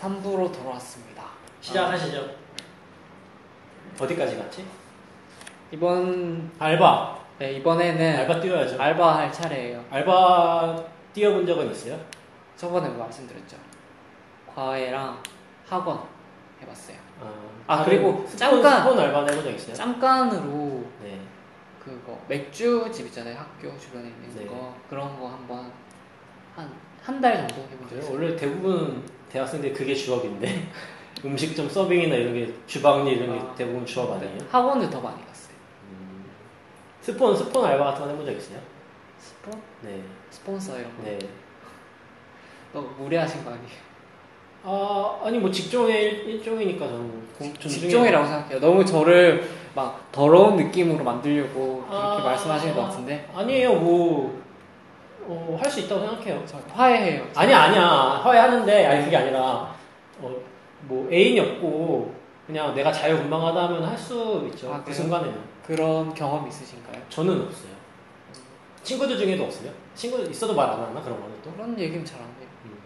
3부로 네, 돌아왔습니다. 시작하시죠. 어디까지 갔지? 이번 알바. 네, 이번에는 알바 뛰어야죠. 알바 할 차례예요. 알바 뛰어본 적은 있어요? 저번에 뭐 말씀드렸죠. 과외랑 학원 해봤어요. 어, 아, 다른 그리고 스폰, 잠깐! 스폰 알바 해본 적 있어요? 잠깐으로 네. 그거 맥주집 있잖아요. 학교 주변에 있는 네. 거 그런 거 한번 한 한 달 정도 해본 적 그래요? 있어요. 원래 대부분 대학생들 그게 주업인데 음식점 서빙이나 이런 게 주방일 이런 게 아. 대부분 주업 아니에요? 네. 학원을 더 많이 갔어요. 음. 스폰 스폰 알바 같은 거 해본 적 있어요? 스폰 네. 스폰서 이런 거. 네. 너무 무례하신 거 아니에요? 아 아니 뭐 직종의 일, 일종이니까 저는 공- 존중해요. 집중이라고 생각해요. 너무 저를 막 더러운 느낌으로 만들려고 그렇게 아. 말씀하시는 것 같은데 아니에요 뭐, 어, 뭐할 수 있다고 생각해요. 저 화해해요. 아니야 아니야 화해하는데 아니 그게 아니라 어, 뭐 애인이 없고 그냥 내가 자유분방하다면 할 수 있죠 아, 그 그래요? 순간에는 그런 경험 있으신가요? 저는 없어요 친구들 중에도 없어요 친구 들 있어도 말 안 하나 그런 거는 또 그런 얘기는 잘 안 해요. 음.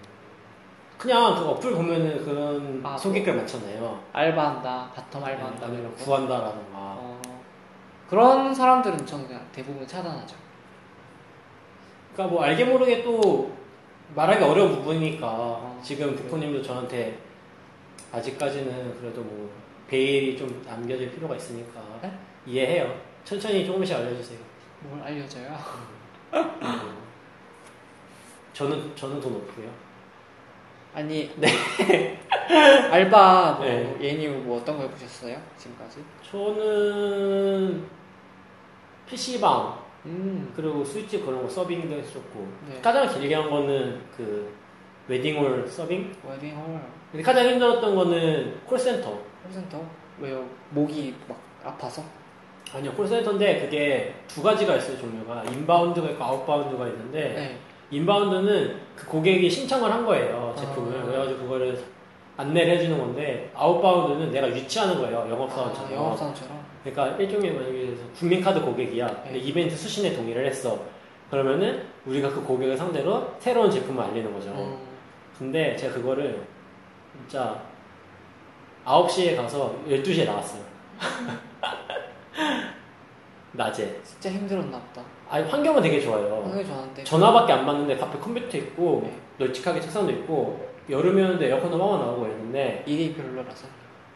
그냥 그 어플 보면은 그런 아, 소개글 많잖아요 알바한다, 네, 바텀 알바한다 뭐 아니면 이런 거. 구한다라던가 어, 그런 사람들은 저는 그냥 대부분 차단하죠. 그러니까 뭐 알게 모르게 또 말하기 어려운 부분이니까 아, 지금 그래요? 부코님도 저한테 아직까지는 그래도 뭐 베일이 좀 남겨질 필요가 있으니까 네? 이해해요. 천천히 조금씩 알려주세요. 뭘 알려줘요? 음. 저는 저는 돈 없고요. 아니 알바 뭐 네. 예니 뭐 어떤 거 해보셨어요 지금까지? 저는 PC방 음 그리고 술집 그런 거 서빙도 했었고 네. 가장 길게 한 거는 그 웨딩홀 서빙. 웨딩홀 근데 가장 힘들었던 거는 콜센터. 콜센터 왜요? 목이 막 아파서? 아니요 콜센터인데 그게 두 가지가 있어요 종류가 인바운드가 있고 아웃바운드가 있는데 네. 인바운드는 그 고객이 신청을 한 거예요 제품을 아. 그래가지고 그거를 안내를 해주는 건데 아웃바운드는 내가 유치하는 거예요 영업사원처럼 아, 영업사원처럼. 그러니까 일종의 만약에 국민카드 고객이야 근데 네. 이벤트 수신에 동의를 했어 그러면은 우리가 그 고객을 상대로 새로운 제품을 알리는 거죠 음, 근데 제가 그거를 진짜 9시에 가서 12시에 나왔어요 낮에 진짜 힘들었나 보다. 아니 환경은 되게 좋아요. 굉장히 좋았는데. 전화밖에 안 받는데 카페 컴퓨터 있고 네. 널찍하게 책상도 있고 여름이었는데 에어컨도 막 나오고 이랬는데 일이 별로라서.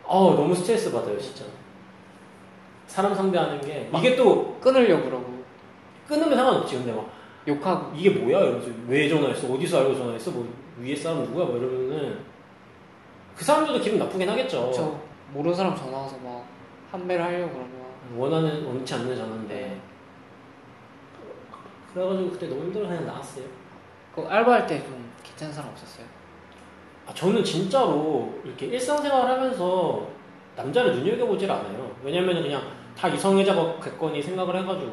어우 너무 스트레스 받아요 진짜. 사람 상대하는 게 이게 또 끊으려고 그러고 끊으면 상관없지 근데 막 욕하고. 이게 뭐야 이러면서 왜 전화했어 어디서 알고 전화했어 뭐 위에 사람 누구야 뭐 이러면은 그 사람들도 기분 나쁘긴 하겠죠. 저 모르는 사람 전화 와서 막 판매를 하려고 그러면. 원하는 원치 않는 전화인데 네. 그래가지고 그때 너무 힘들어 그냥 나왔어요. 그 알바할 때 좀 괜찮은 사람 없었어요? 아, 저는 진짜로 이렇게 일상생활 하면서 남자를 눈여겨보질 않아요. 왜냐면 그냥 다 이성애자겠거니 생각을 해가지고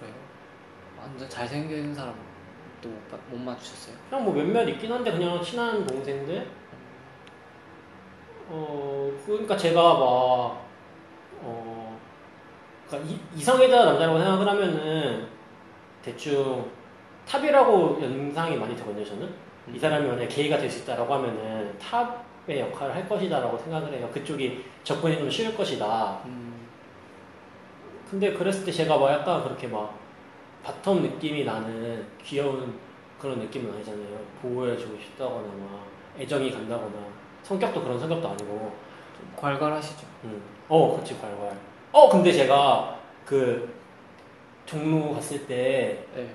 그래요. 완전 잘생긴 사람 또못 마주쳤어요. 그냥 뭐 몇몇 있긴 한데 그냥 친한 동생들 어 그러니까 제가 막 어, 그러니까 이, 이성애자 남자라고 생각을 하면은 대충 탑이라고 연상이 많이 되거든요 저는 이 사람이 만약에 게이가 될 수 있다라고 하면은 탑의 역할을 할 것이다라고 생각을 해요. 그쪽이 접근이 좀 쉬울 것이다. 음, 근데 그랬을 때 제가 막 약간 그렇게 막 바텀 느낌이 나는 귀여운 그런 느낌은 아니잖아요. 보호해주고 싶다거나 막 애정이 간다거나 성격도 그런 성격도 아니고 좀 괄괄하시죠. 음. 어, 그렇지, 괄괄. 어, 근데 제가 그 종로 갔을 때, 네.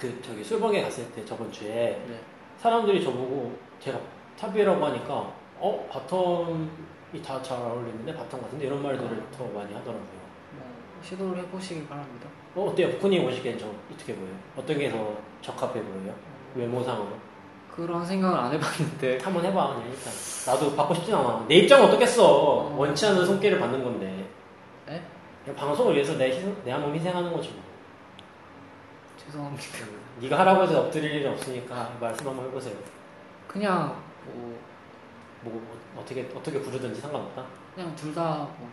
그 저기 술방에 갔을 때 저번 주에 네. 사람들이 저보고 제가 탑이라고 하니까 어 바텀이 다 잘 어울리는데 바텀 같은데 이런 말들을 더 많이 하더라고요. 뭐, 시도를 해보시기 바랍니다. 어 어때요? 부코님 오시기엔 저 어떻게 보여요? 어떤 게 더 적합해 보여요? 외모상으로 그런 생각을 안 해봤는데. 한번 해봐 그냥 일단 나도 받고 싶진 않아. 내 입장은 어떻겠어? 음. 원치 않는 손길을 받는 건데 네? 그냥 방송을 위해서 내 희생, 내한몸 희생하는 거지 뭐. 죄송합니다. 네가 하라고 해서 엎드릴 일은 없으니까 말씀 한번 해보세요. 그냥 뭐 뭐 어- 어떻게 어떻게 부르든지 상관없다. 그냥 둘다뭐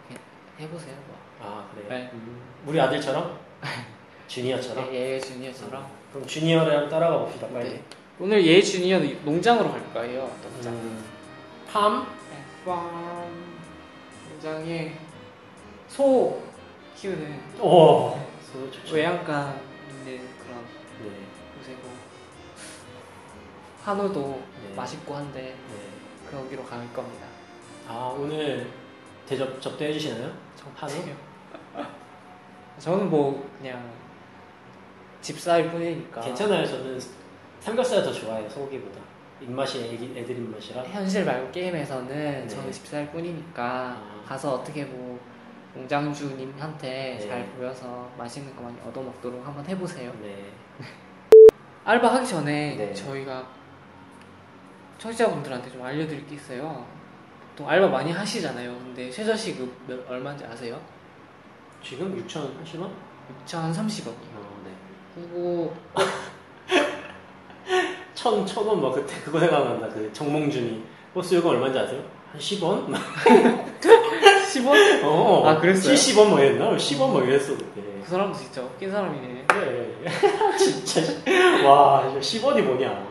해보세요. 뭐. 아 그래요? 네. 음, 우리 아들처럼? 주니어처럼? 예, 예 주니어처럼. 그럼 주니어를 한번 따라가 봅시다 빨리 네. 오늘 예 주니어 농장으로 갈 거예요. 농장. 음, 팜? 네. 팜 굉장히 소 키우는 오. 소 좋죠. 외양간 있는 그런 네. 곳이고 한우도 네. 맛있고 한데 네. 거기로 갈 겁니다. 아 오늘 대접 접대해 주시나요? 한우? 저는 뭐 그냥 집사일 뿐이니까 괜찮아요. 저는 삼겹살 더 좋아해요. 소고기보다. 입맛이 애기, 애들 입맛이라. 현실 말고 게임에서는 저는 집사일 뿐이니까 네. 아. 가서 어떻게 뭐 농장주님한테 네. 잘 보여서 맛있는 거 많이 얻어먹도록 한번 해보세요. 네. 알바 하기 전에 네. 저희가 청취자분들한테 좀 알려드릴 게 있어요. 보통 알바 많이 하시잖아요. 근데 최저시급 몇- 얼마인지 아세요? 지금 6천 10원? 6,030원. 어, 네. 그리고 천, 천원 막 그때 그거 생각난다. 그 정몽준이 버스 요금 얼마인지 아세요? 한 10원? 10원? 어. 아, 그랬어요? 70원 뭐 이랬나? 10원 뭐 이랬어 그때. 그 사람도 진짜 웃긴 사람이네. 그래. 진짜 와 10원이 뭐냐.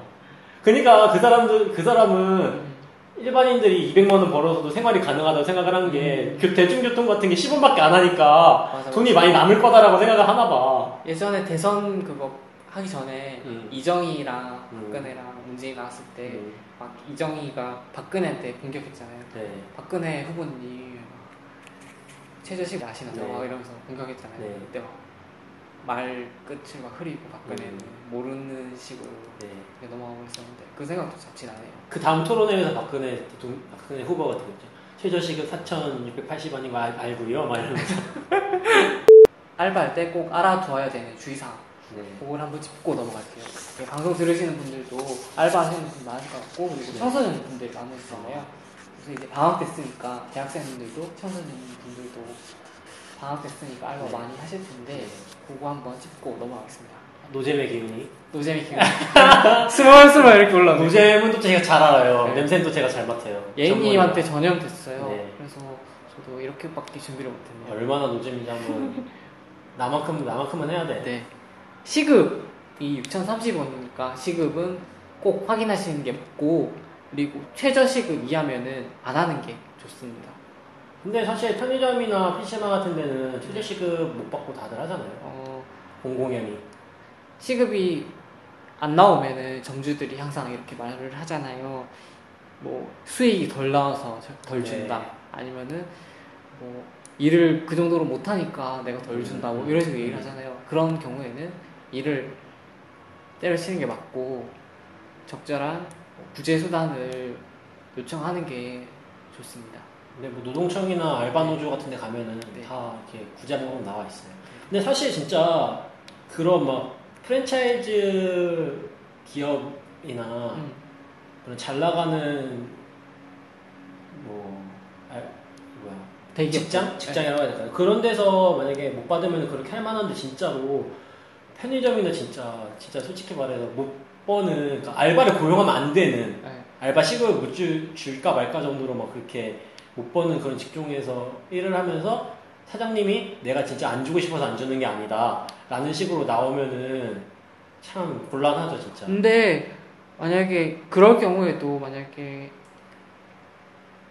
그러니까 그 사람들 그 사람은 음, 일반인들이 200만 원 벌어서도 생활이 가능하다고 생각을 한 게그 대중교통 같은 게 10원밖에 안 하니까 맞아, 돈이 많이 남을 거다라고 생각을 하나 봐. 예전에 대선 그거 하기 전에 음. 이정희랑 음. 박근혜랑 문재인 나왔을 때 막 음, 이정희가 박근혜한테 공격했잖아요. 네. 박근혜 후보님 최저시급 아시나요? 네. 막 이러면서 공격했잖아요. 네. 그때 막 말 끝을 막 흐리고 음. 박근혜는 모르는 식으로 네. 이렇게 넘어가고 있었는데 그 생각도 잡지 않아요. 그 다음 토론회에서 박근혜, 대통령- 박근혜 후보가 되겠죠. 최저시급 4,680원인 거 알, 알고요. 막 이러면서. 알바할 때 꼭 알아두어야 되는 주의사항 네. 그걸 한번 짚고 넘어갈게요. 네, 방송 들으시는 분들도 알바하시는 분 많을 것 같고 그리고 네. 청소년 분들 많으시잖아요. 그래서 이제 방학 됐으니까 대학생분들도 청소년 분들도 방학 됐으니까 알바 네. 많이 하실 텐데 그거 한번 짚고 넘어가겠습니다. 노잼의 기운이. 노잼이 기분. 스멀스멀 이렇게 올라오네. 노잼은 또 제가 잘 알아요. 네. 냄새는 또 제가 잘 맡아요. 예인님한테 전염됐어요. 네. 그래서 저도 이렇게밖에 준비를 전문이라. 못했네요. 얼마나 노잼인지 한번. 나만큼, 나만큼은 해야 돼. 네. 시급이 6,030원이니까 시급은 꼭 확인하시는 게 맞고 그리고 최저 시급 이하면은 안 하는 게 좋습니다. 근데 사실 편의점이나 PC방 같은 데는 최저시급 못 받고 다들 하잖아요. 어, 공공연히. 시급이 안 나오면은 점주들이 항상 이렇게 말을 하잖아요. 뭐 수익이 덜 나와서 저- 덜 준다. 네. 아니면은 뭐 일을 그 정도로 못 하니까 내가 덜 음, 준다. 뭐 음, 이런 식으로 얘기를 음. 하잖아요. 그런 경우에는 일을 때려치는 게 맞고 적절한 구제 수단을 요청하는 게 좋습니다. 근데 뭐 노동청이나 알바노조 같은 데 가면은 네. 다 이렇게 구제 방법 나와 있어요. 근데 사실 진짜 그런 막 프랜차이즈 기업이나 음, 그런 잘 나가는 뭐 알, 뭐야 대기업. 직장 네. 직장이라고 해야 될까요? 그런 데서 만약에 못 받으면 그렇게 할 만한데 진짜로 편의점이나 진짜 진짜 솔직히 말해서 못 버는 그러니까 알바를 고용하면 안 되는 네. 알바 시급을 못 줄, 줄까 말까 정도로 막 그렇게 못 버는 그런 직종에서 일을 하면서 사장님이 내가 진짜 안 주고 싶어서 안 주는 게 아니다 라는 식으로 나오면은 참 곤란하죠 진짜 음. 근데 만약에 그럴 경우에도 만약에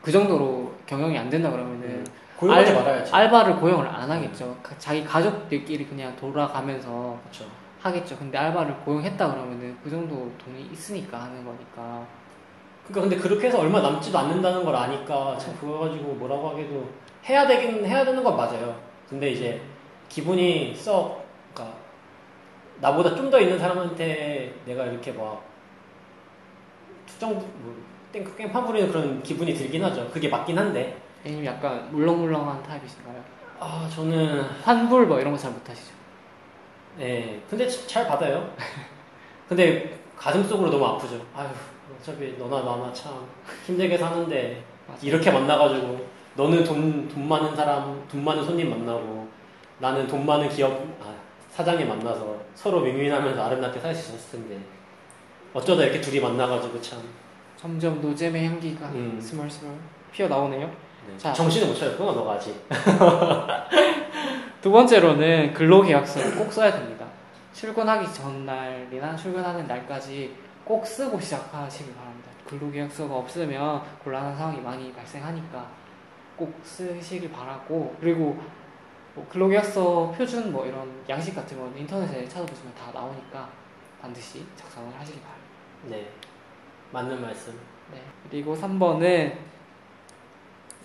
그 정도로 경영이 안 된다 그러면은 네. 고용하지 알- 말아야지 알바를 고용을 안 음. 하겠죠. 가- 자기 가족들끼리 그냥 돌아가면서 그렇죠 하겠죠. 근데 알바를 고용했다 그러면은 그 정도 돈이 있으니까 하는 거니까. 그러니까 근데 그렇게 해서 얼마 남지도 않는다는 걸 아니까 참 그거 가지고 뭐라고 하기도 해야 되긴 해야 되는 건 맞아요 근데 이제 기분이 썩 그러니까 나보다 좀 더 있는 사람한테 내가 이렇게 막 투정 뭐, 땡- 깽판 부리는 그런 기분이 들긴 하죠 그게 맞긴 한데 애님 약간 물렁물렁한 타입이신가요? 아 저는 환불 뭐 이런 거 잘 못하시죠? 네 근데 치- 잘 받아요 근데 가슴속으로 너무 아프죠 아휴 어차피 너나 나나 참 힘들게 사는데 이렇게 만나가지고 너는 돈, 돈 많은 사람, 돈 많은 손님 만나고 나는 돈 많은 기업 아, 사장님 만나서 서로 윈윈하면서 아름답게 살 수 있었을 텐데 어쩌다 이렇게 둘이 만나가지고 참 점점 노잼의 향기가 음. 스멀스멀 피어 나오네요. 네. 자. 정신을 못 차렸구나 너가 아직 두 번째로는 근로계약서를 꼭 써야 됩니다. 출근하기 전날이나 출근하는 날까지 꼭 쓰고 시작하시길 바랍니다. 근로계약서가 없으면 곤란한 상황이 많이 발생하니까 꼭 쓰시길 바라고 그리고 뭐 근로계약서 표준 뭐 이런 양식 같은 건 인터넷에 찾아보시면 다 나오니까 반드시 작성을 하시길 바랍니다. 네. 맞는 말씀. 네. 그리고 3번은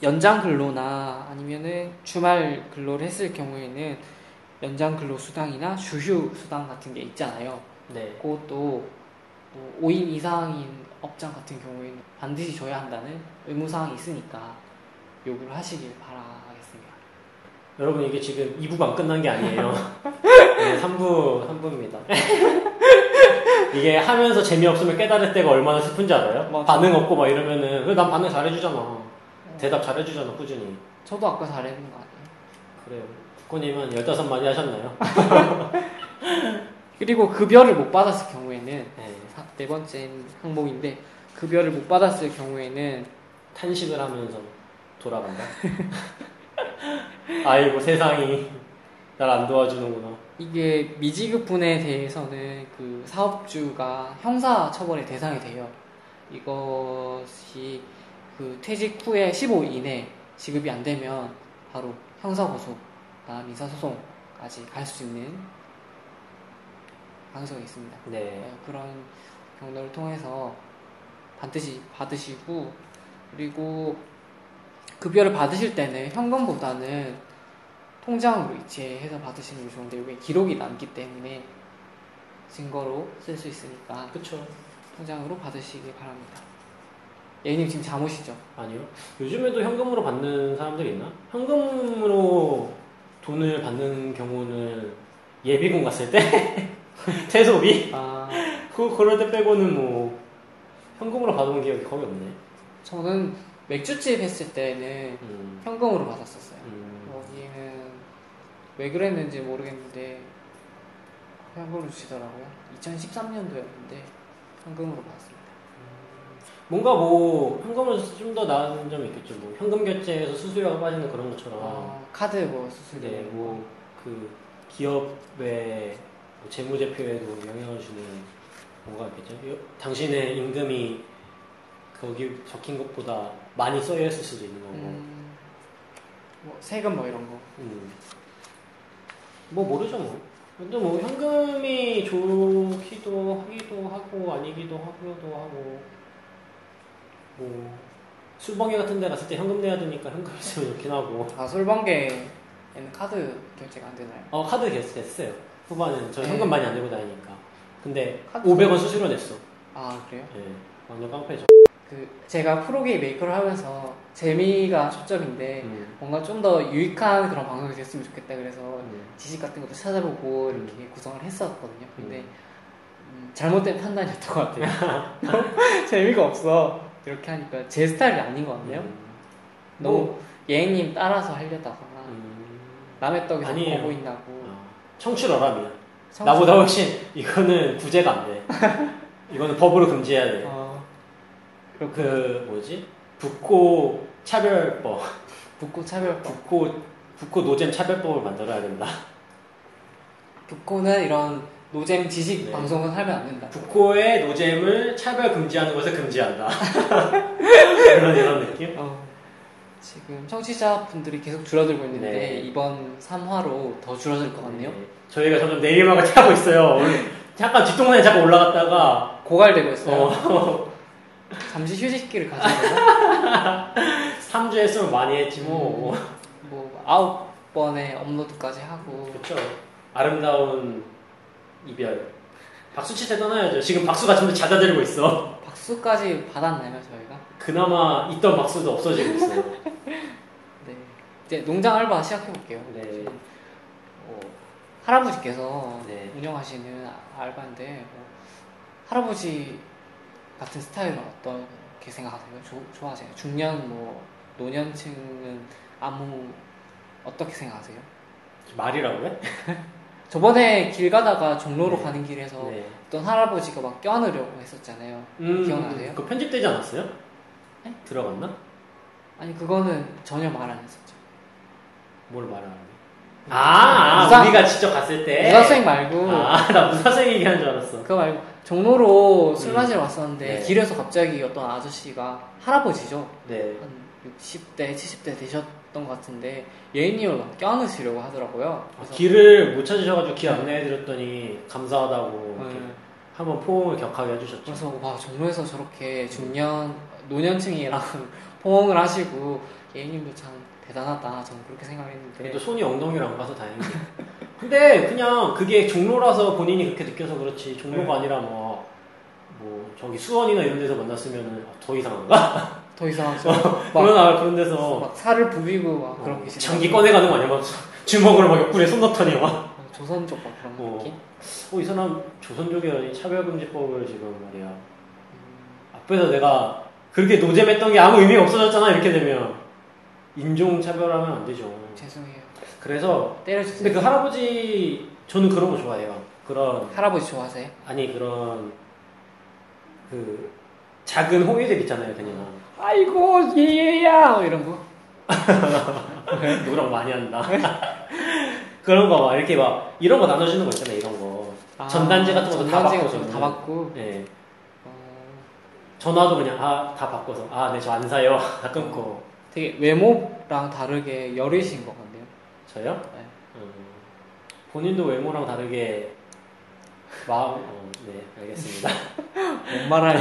연장 근로나 아니면은 주말 근로를 했을 경우에는 연장 근로 수당이나 주휴 수당 같은 게 있잖아요. 네. 그것도 뭐 5인 이상인 업장 같은 경우에는 반드시 줘야 한다는 의무사항이 있으니까 요구를 하시길 바라겠습니다. 여러분 이게 지금 2부가 안 끝난 게 아니에요. 네, 3부, 3부입니다. 이게 하면서 재미없으면 깨달을 때가 얼마나 슬픈지 알아요? 음. 맞아. 반응 없고 막 이러면은 왜 난 반응 잘해주잖아. 대답 잘해주잖아 꾸준히. 저도 아까 잘했는 거 아니에요? 그래요. 국코님은 15마디 하셨나요? 그리고 급여를 못 받았을 경우에는 네. 사- 네 번째 항목인데 급여를 못 받았을 경우에는 탄식을 하면서 돌아간다. 아이고 세상이 날 안 도와주는구나. 이게 미지급분에 대해서는 그 사업주가 형사 처벌의 대상이 돼요. 이것이 그 퇴직 후에 15일 이내 지급이 안 되면 바로 형사 고소나 민사 소송까지 갈 수 있는 가능성이 있습니다. 네. 네, 그런 경로를 통해서 반드시 받으시고 그리고 급여를 받으실 때는 현금보다는 통장으로 이체해서 받으시는 게 좋은데 이게 기록이 남기 때문에 증거로 쓸 수 있으니까 그쵸. 통장으로 받으시기 바랍니다. 예님 지금 잠오시죠? 아니요. 요즘에도 현금으로 받는 사람들이 있나? 현금으로 돈을 받는 경우는 예비군 갔을 때? 퇴소비? 아, 그, 그럴 때 빼고는 뭐, 현금으로 받아본 기억이 거의 없네. 저는 맥주집 했을 때는 음, 현금으로 받았었어요. 음, 여기는 왜 그랬는지 모르겠는데 현금으로 주시더라고요. 2013년도였는데 현금으로 받았습니다. 뭔가 뭐, 현금으로 좀 더 나은 점이 있겠죠. 뭐, 현금 결제에서 수수료가 빠지는 그런 것처럼. 어, 카드 뭐 수수료 아. 네, 뭐, 그, 기업의 뭐 재무제표에도 영향을 주는 뭔가 있겠죠. 여- 당신의 임금이 거기 적힌 것보다 많이 써있을 수도 있는 거고. 음, 뭐 세금 뭐 이런 거. 음. 뭐 모르죠 뭐. 근데 뭐 현금이 좋기도 하기도 하고 아니기도 하기도 하고 뭐 술방에 같은 데 갔을 때 현금 내야 되니까 현금 있으면 좋긴 하고 아 솔방계에는 카드 결제가 안 되나요? 어 카드 됐- 됐어요 후반은 저 네. 현금 많이 안 내고 다니니까 근데 카드 500원 수수료 냈어 아 그래요? 예 완전 깡패죠 그 제가 프로게임 메이커를 하면서 재미가 초점인데 음. 뭔가 좀 더 유익한 그런 방송이 됐으면 좋겠다 그래서 음. 지식 같은 것도 찾아보고 음. 이렇게 구성을 했었거든요. 근데 음, 잘못된 판단이었던 것 같아요. 재미가 없어. 이렇게 하니까 제 스타일이 아닌 것 같네요. 음. 너무 예행님 따라서 하려다거나 음. 남의 떡이 자꾸 아니에요. 보고 있다고. 어, 청출어람이야 성질- 나보다 훨씬 이거는 구제가 안 돼. 이거는 법으로 금지해야 돼. 어, 그 뭐지? 북고 차별법, 북고 차별법. 북고 북고 노잼 차별법을 만들어야 된다. 북고는 이런 노잼 지식 네. 방송은 하면 안 된다. 북고의 노잼을 차별 금지하는 것을 금지한다. 이런 이런 느낌? 어, 지금 청취자분들이 계속 줄어들고 있는데 네. 이번 3화로 더 줄어들 것 같네요. 네. 저희가 점점 내리막을 타고 있어요. 오늘 잠깐 뒷동네에 잠깐 올라갔다가 고갈되고 있어요. 어, 잠시 휴식기를 가져요. 3주 했으면 많이 했지 뭐. 뭐 아홉 번의 업로드까지 하고 그렇죠. 아름다운 이별. 박수 칠 때 떠나야죠. 지금 박수가 점점 잦아들고 있어. 박수까지 받았나요 저희가? 그나마 있던 박수도 없어지고 있어요. 네. 이제 농장 알바 시작해 볼게요. 네. 어, 할아버지께서 네. 운영하시는 아- 알바인데 뭐 할아버지 같은 스타일은 어떻게 생각하세요? 조- 좋아하세요? 중년 뭐 노년층은 아무 어떻게 생각하세요? 말이라고 해? 저번에 길 가다가 종로로 네. 가는 길에서 네. 음, 어떤 할아버지가 막 껴안으려고 했었잖아요. 기억나세요? 그거 편집되지 않았어요? 네? 들어갔나? 아니 그거는 전혀 말 안 했었죠. 뭘 말하는데? 아, 아, 음, 무사- 우리가 직접 갔을 때. 무사수행 말고 네. 아, 나 무사생 얘기하는 줄 알았어. 그거 말고 종로로 술 음. 마시러 왔었는데 네. 길에서 갑자기 어떤 아저씨가 할아버지죠 네. 한 60대 70대 되셨던 것 같은데 예인님을 막 껴안으시려고 하더라고요 아, 그래서 길을 못 찾으셔가지고 길 안내해드렸더니 감사하다고 이렇게 네. 한번 포옹을 격하게 해주셨죠. 그래서 와 종로에서 저렇게 중년 노년층이랑 포옹을 하시고 예인님도 참 대단하다 저는 그렇게 생각했는데 그래도 손이 엉덩이로 안 가서 다행이에요. 근데 그냥 그게 종로라서 본인이 그렇게 느껴서 네. 그렇지 종로가 아니라 뭐, 뭐 저기 수원이나 이런 데서 만났으면 더 이상한가? 더 이상하죠 막, 그런, 아, 그런 데서 막 살을 부비고 막 어, 그런 게 싫어요. 장기 꺼내가는 거 아니야? 막 주먹으로 막 옆구리에 손 넣더니 막. 어, 조선족 막 그런 어. 느낌 어, 이 사람 조선족이라니 차별금지법을 지금 말이야. 앞에서 내가 그렇게 노잼했던 게 아무 의미가 없어졌잖아, 이렇게 되면. 인종차별하면 안 되죠. 죄송해요 그래서, 근데 때려주세요 그 할아버지, 저는 그런 거 좋아해요. 그런, 할아버지 좋아하세요? 아니, 그런, 그, 작은 호의들 있잖아요, 그냥. 아이고 예예야 이런 거 노력 많이 한다. 그런 거 막, 이렇게 막, 이런 거 나눠주는 거 있잖아요, 이런 거. 아, 전단지 같은 것도 다 전단지 받고 같은 거다 저는. 받고 예. 어, 전화도 그냥 아, 다 바꿔서 아 네 저 안 사요 다 끊고 되게 외모랑 다르게 여리신 것 같네요 저요? 네. 음, 본인도 외모랑 다르게 마음 어, 네 알겠습니다 못 말할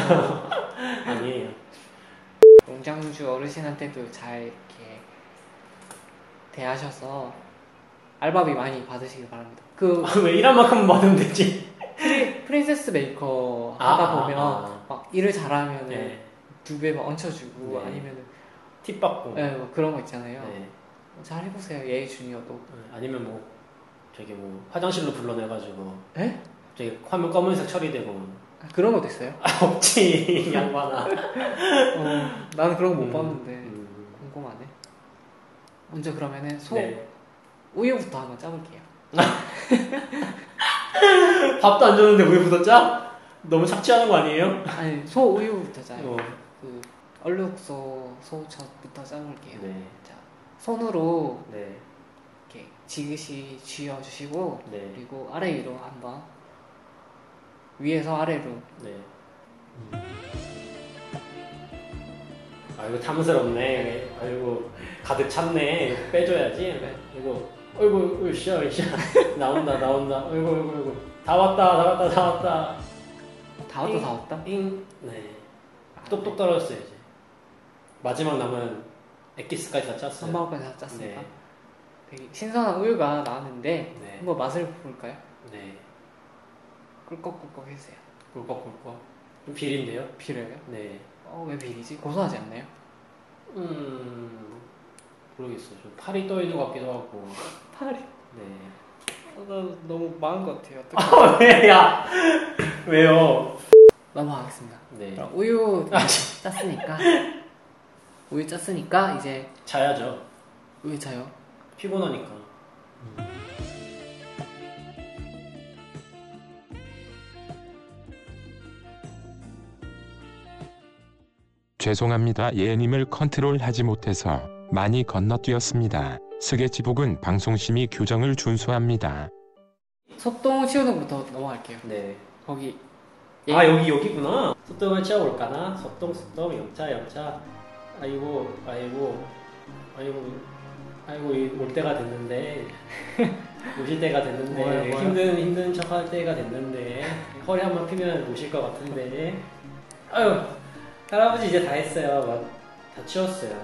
아니에요 농장주 어르신한테도 잘 이렇게 대하셔서 알바비 많이 받으시길 바랍니다 그 아, 왜 일한 만큼 받으면 되지 프리- 프린세스 메이커 아, 하다 아, 보면 아. 막 일을 잘하면 네, 두 배 막 얹혀주고 네. 아니면 팁 받고 네, 뭐 그런 거 있잖아요 네. 잘 해보세요 예의 주니어도 아니면 뭐 저기 뭐 화장실로 불러내가지고 에? 갑자기 화면 검은색 처리되고 아, 그런 것도 있어요? 아, 없지 이 양반아 네. 어, 나는 그런 거 못 음, 봤는데 음. 궁금하네. 먼저 그러면은 소 네. 우유부터 한번 짜볼게요. 밥도 안 줬는데 우유 묻었자? 너무 착취하는 거 아니에요? 아니 소 우유부터 짜요. 어. 그 얼룩소 소젖부터 짜볼게요. 네. 자 손으로 네. 이렇게 지그시 쥐어주시고 네. 그리고 아래 위로 한번 위에서 아래로 네. 아 이거 탐스럽네. 아이고 가득 찼네. 이거 빼줘야지. 이거 어이구 으쌰 으쌰 나온다 나온다. 어이구 어이구 어이구 다 왔다 다 왔다 다 왔다. 다 왔다 다 아, 왔다. 잉. 네. 똑똑 떨어졌어요 이제. 마지막 남은 엑기스까지 다 짰어요. 선방까지 네. 다 짰으니까 되게 신선한 우유가 나왔는데 네. 한번 맛을 볼까요? 네. 꿀꺽꿀꺽 해주세요. 꿀꺽꿀꺽. 좀 비린데요? 비려요? 네. 어, 왜 비리지? 고소하지 않나요? 음 모르겠어요. 좀 팔이 떠 있는 것 같기도 하고. 팔이. 네. 나 너무 망한 것 같아요. 아, 왜, 야. 왜요? 넘어가겠습니다. 네. 그럼 우유 짰으니까 우유 짰으니까 이제 자야죠. 우유 차요. 피곤하니까. 죄송합니다. 예님을 컨트롤하지 못해서 많이 건너뛰었습니다. 스케치북은 방송심의 규정을 준수합니다. 속동 치우는 것부터 넘어갈게요. 네. 거기 예. 아, 여기, 여기구나. 속동을 채워볼까나? 속동, 속동, 영차, 영차. 아이고, 아이고, 아이고, 아이고, 이올 때가 됐는데. 오실 때가 됐는데. 뭐야, 뭐야. 힘든, 힘든 척 할 때가 됐는데. 허리 한번 피면 오실 것 같은데. 아유, 할아버지 이제 다 했어요. 막, 다 치웠어요.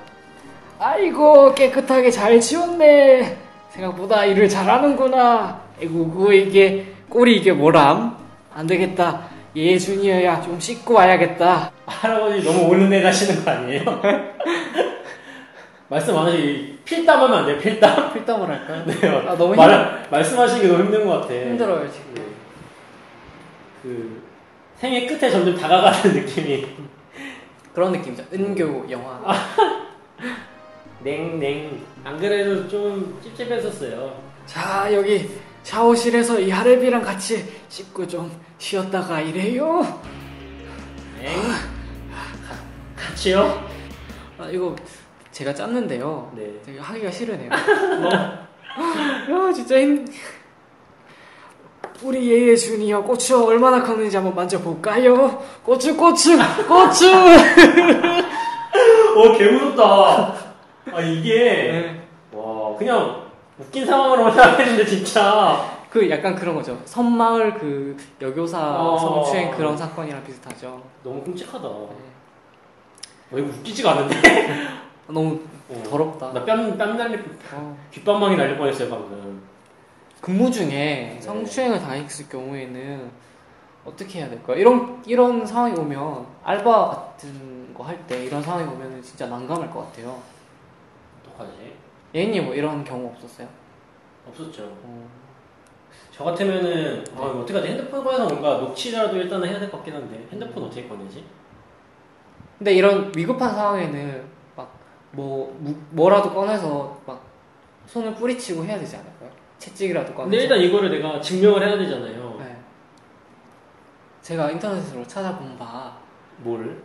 아이고 깨끗하게 잘 치웠네. 생각보다 일을 잘하는구나. 아이고 그거 이게 꼬리 이게 뭐람? 안 되겠다. 얘 주니어야 좀 씻고 와야겠다. 할아버지 너무 옳은 애 하시는 거 아니에요? 말씀 안 하시고 이 필담 하면 안 돼요, 필담? 필담을 할까요? 네, 아, 너무 힘- 말, 말씀하시는 게 너무 힘든 것 같아. 힘들어요 지금. 네. 그, 생애 끝에 점점 다가가는 느낌이. 그런 느낌이죠. 은교 영화. 냉, 냉. 안 그래도 좀 찝찝했었어요. 자, 여기 샤워실에서 이 하레비랑 같이 씻고 좀 쉬었다가 이래요. 냉. 같이요? 아, 이거 제가 짰는데요. 네. 뭐? 되게 하기가 싫으네요. 너무, 야, 아, 진짜 힘. 우리 예예 준이요 고추 얼마나 컸는지 한번 만져볼까요? 고추 고추 고추. 어, 개무섭다. 아, 이게. 네. 와, 그냥 웃긴 상황으로 생각했는데, 진짜. 그 약간 그런 거죠. 섬마을 그 여교사 어. 성추행 그런 사건이랑 비슷하죠. 너무 끔찍하다. 어, 네. 이거 웃기지가 않은데? 너무 어. 더럽다. 나 뺨, 뺨 날릴, 어. 귓방망이 날릴 뻔했어요, 방금. 근무 중에 네. 성추행을 당했을 경우에는 어떻게 해야 될까요? 이런 이런 상황이 오면 알바 같은 거 할 때 이런 상황이 오면 진짜 난감할 것 같아요. 어떡하지? 예인님 뭐 이런 경우 없었어요? 없었죠. 어. 네. 저 같으면은, 아, 이거 어떡하지? 핸드폰 꺼내서 뭔가 녹취라도 일단은 해야 될 것 같긴 한데, 핸드폰 어떻게 꺼내지? 근데 이런 위급한 상황에는 막 뭐 뭐라도 꺼내서 막 손을 뿌리치고 해야 되지 않을까요? 채찍이라도 꺼내서. 근데 일단 이거를 내가 증명을 해야 되잖아요. 네. 제가 인터넷으로 찾아본 바 뭘?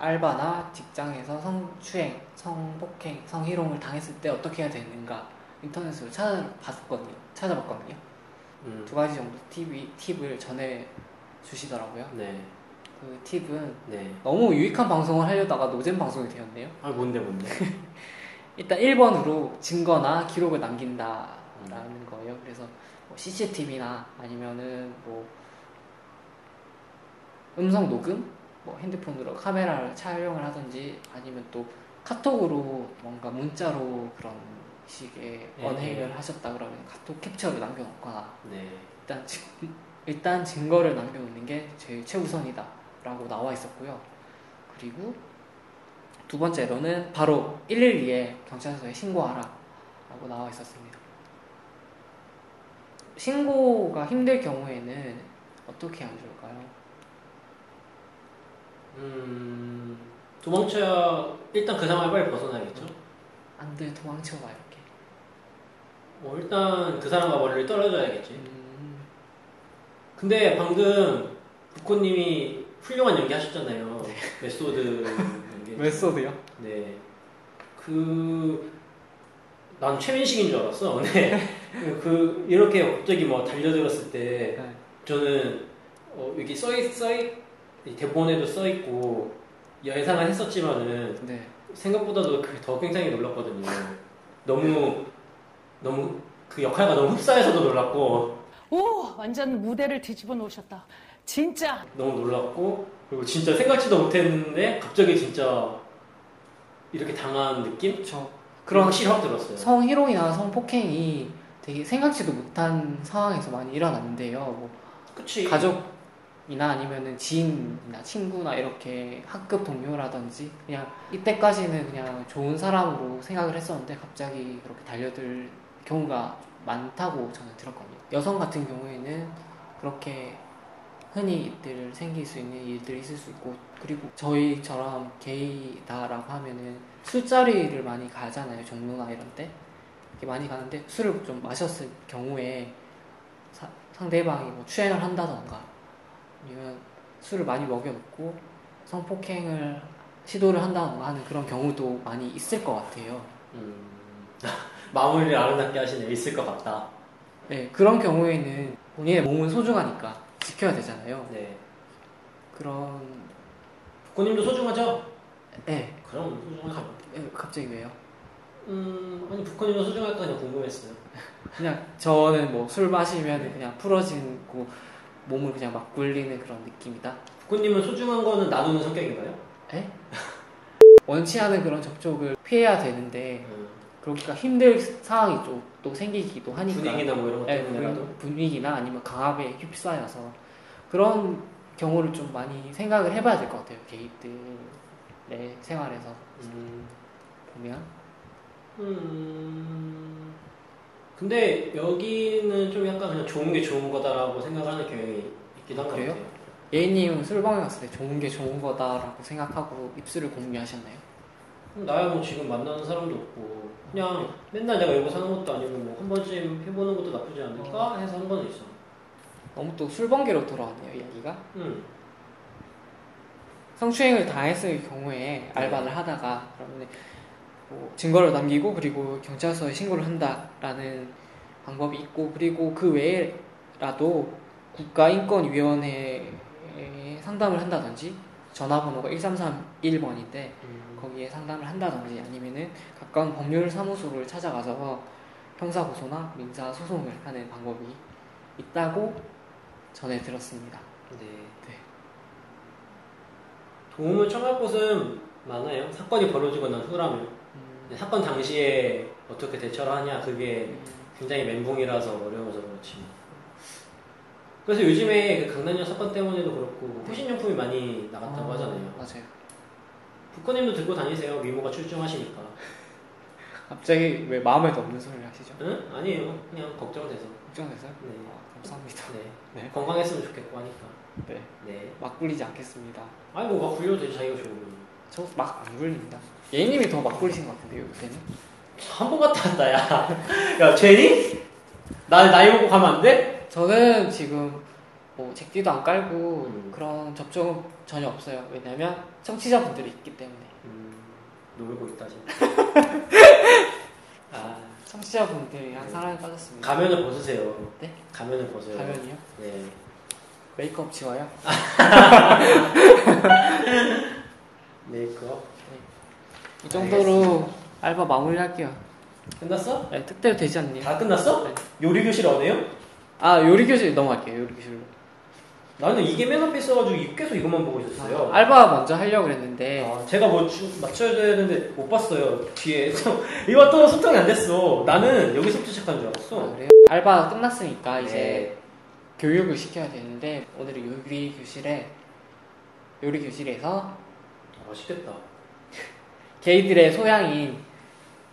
알바나 직장에서 성추행, 성폭행, 성희롱을 당했을 때 어떻게 해야 되는가 인터넷으로 찾아봤거든요. 찾아봤거든요. 음. 두 가지 정도 팁이, 팁을 전해 주시더라고요. 네. 그 팁은 네. 너무 유익한 방송을 하려다가 노잼 방송이 되었네요. 아, 뭔데, 뭔데? 일단 1번으로 증거나 기록을 남긴다라는 거예요. 그래서 뭐 CCTV나 아니면은 뭐 음성 녹음, 뭐 핸드폰으로 카메라를 촬영을 하든지 아니면 또 카톡으로 뭔가 문자로 그런 식의 예, 언행을 하셨다 그러면 카톡 캡처를 남겨놓거나 네. 일단 증, 일단 증거를 남겨놓는 게 제일 최우선이다라고 나와 있었고요. 그리고 두 번째로는 바로 112에 경찰서에 신고하라라고 나와 있었습니다. 신고가 힘들 경우에는 어떻게 하면 좋을까요? 음, 도망쳐야 일단 그 상황을 빨리 벗어나야겠죠. 안 돼, 도망쳐 봐 이렇게. 어, 일단 그 사람과 멀리 떨어져야겠지. 음, 근데 방금 부코님이 훌륭한 연기 하셨잖아요. 메소드 연기. 네. 메소드요? 네. 그, 난 최민식인 줄 알았어. 근데 그 이렇게 갑자기 뭐 달려들었을 때 네. 저는 어, 여기 써있 써있 이 대본에도 써있고 예상은 했었지만은 네. 생각보다도 그- 더 굉장히 놀랐거든요. 너무 너무 그 역할과 너무 흡사해서도 놀랐고 오, 완전 무대를 뒤집어 놓으셨다. 진짜. 너무 놀랐고 그리고 진짜 생각지도 못했는데 갑자기 진짜 이렇게 당한 느낌? 그렇죠. 그런 그런 확실히 확 들었어요. 성희롱이나 성폭행이 되게 생각지도 못한 상황에서 많이 일어난대요. 뭐 그치. 가족이나 아니면은 지인이나 친구나 이렇게 학급 동료라든지 그냥 이때까지는 그냥 좋은 사람으로 생각을 했었는데 갑자기 그렇게 달려들 경우가 많다고 저는 들었거든요. 여성 같은 경우에는 그렇게 흔히 늘 생길 수 있는 일들이 있을 수 있고 그리고 저희처럼 게이다라고 하면은 술자리를 많이 가잖아요 종로나 이런 때 이렇게 많이 가는데 술을 좀 마셨을 경우에 사- 상대방이 뭐 추행을 한다던가 아니면 술을 많이 먹여놓고 성폭행을 시도를 한다던가 하는 그런 경우도 많이 있을 것 같아요 음, 마무리를 아름답게 하시네 있을 것 같다. 네, 그런 경우에는 본인의 몸은 소중하니까 지켜야 되잖아요 네. 그런 부모님도 소중하죠? 네, 그럼 소중하죠. 에, 예, 갑자기 왜요? 음 아니 부모님도 소중할까 그냥 궁금했어요. 그냥 저는 뭐 술 마시면 그냥 풀어지고 몸을 그냥 막 굴리는 그런 느낌이다. 부모님은 소중한 거는 나누는 성격인가요? 에? 원치 않은 그런 접촉을 피해야 되는데 음, 그러니까 힘들 상황이 좀 또 생기기도 하니까 분위기나 뭐 이런 것 예, 때문에라도. 분- 분위기나 아니면 강압에 휩싸여서 그런 경우를 좀 많이 생각을 해봐야 될 것 같아요 개입들의 생활에서 음, 보면 음. 근데 여기는 좀 약간 그냥 좋은 게 좋은 거다라고 생각하는 경향이 있기도 한 것 그래요? 같아요. 예인님 술방에 갔을 때 좋은 게 좋은 거다라고 생각하고 입술을 공유하셨나요? 그럼 나야 뭐 지금 만나는 사람도 없고 그냥 맨날 내가 여기 사는 것도 아니고 뭐 한 번쯤 해보는 것도 나쁘지 않을까 해서 한 건 있어. 너무 또 술번개로 돌아왔네요 이야기가 응. 네. 성추행을 당했을 경우에 알바를 하다가 그러면 뭐 증거를 남기고 그리고 경찰서에 신고를 한다라는 방법이 있고 그리고 그 외에라도 국가인권위원회에 상담을 한다든지 전화번호가 1331번인데 음. 거기에 상담을 한다든지 아니면은 가까운 법률 사무소를 찾아가서 형사 고소나 민사 소송을 하는 방법이 있다고 전해 들었습니다. 네. 도움을 청할 곳은 많아요. 사건이 벌어지고 난 후라면. 음, 근데 사건 당시에 어떻게 대처를 하냐, 그게 굉장히 멘붕이라서 어려워서 그렇지. 그래서 요즘에 그 강남역 사건 때문에도 그렇고, 후신용품이 많이 나갔다고 아, 하잖아요. 맞아요. 북커님도 들고 다니세요. 미모가 출중하시니까. 갑자기 왜 마음에도 없는 소리를 하시죠? 응? 아니에요. 그냥 걱정돼서. 걱정돼서요? 네. 아, 감사합니다. 네. 네. 건강했으면 좋겠고 하니까. 네. 네. 막 굴리지 않겠습니다. 아니, 뭐막 굴려도 되지, 자기가 좋으면. 저 막 안 굴립니다. 예인님이 더 막 굴리신 것 같은데요, 요때는? 한 번 갔다 왔다, 야. 야, 제니? 나, 나이 먹고 가면 안 돼? 저는 지금 뭐 잭디도 안 깔고 음. 그런 접촉은 전혀 없어요. 왜냐면 청취자분들이 있기 때문에. 음, 놀고 있다, 지금. 아, 청취자분들이랑 네. 사랑에 빠졌습니다. 가면을 벗으세요. 네? 가면을 벗어요. 가면이요? 네. 메이크업 지워요? 메이크업. 이 정도로 알바 마무리할게요. 끝났어? 네, 특대로 되지 않니? 다 끝났어? 네. 요리교실 안 해요? 아, 요리교실 넘어갈게요, 요리교실로. 나는 이게 맨 앞에 있어가지고 이- 계속 이것만 보고 있었어요. 알바 먼저 하려고 그랬는데, 아, 제가 뭐 주- 맞춰야 되는데 못 봤어요. 뒤에. 이거 또 소통이 안 됐어. 나는 여기서부터 시작한 줄 아, 알았어. 그래요? 알바 끝났으니까 이제 네. 교육을 시켜야 되는데 오늘은 요리 교실에 요리 교실에서 아, 맛있겠다. 개이들의 소양인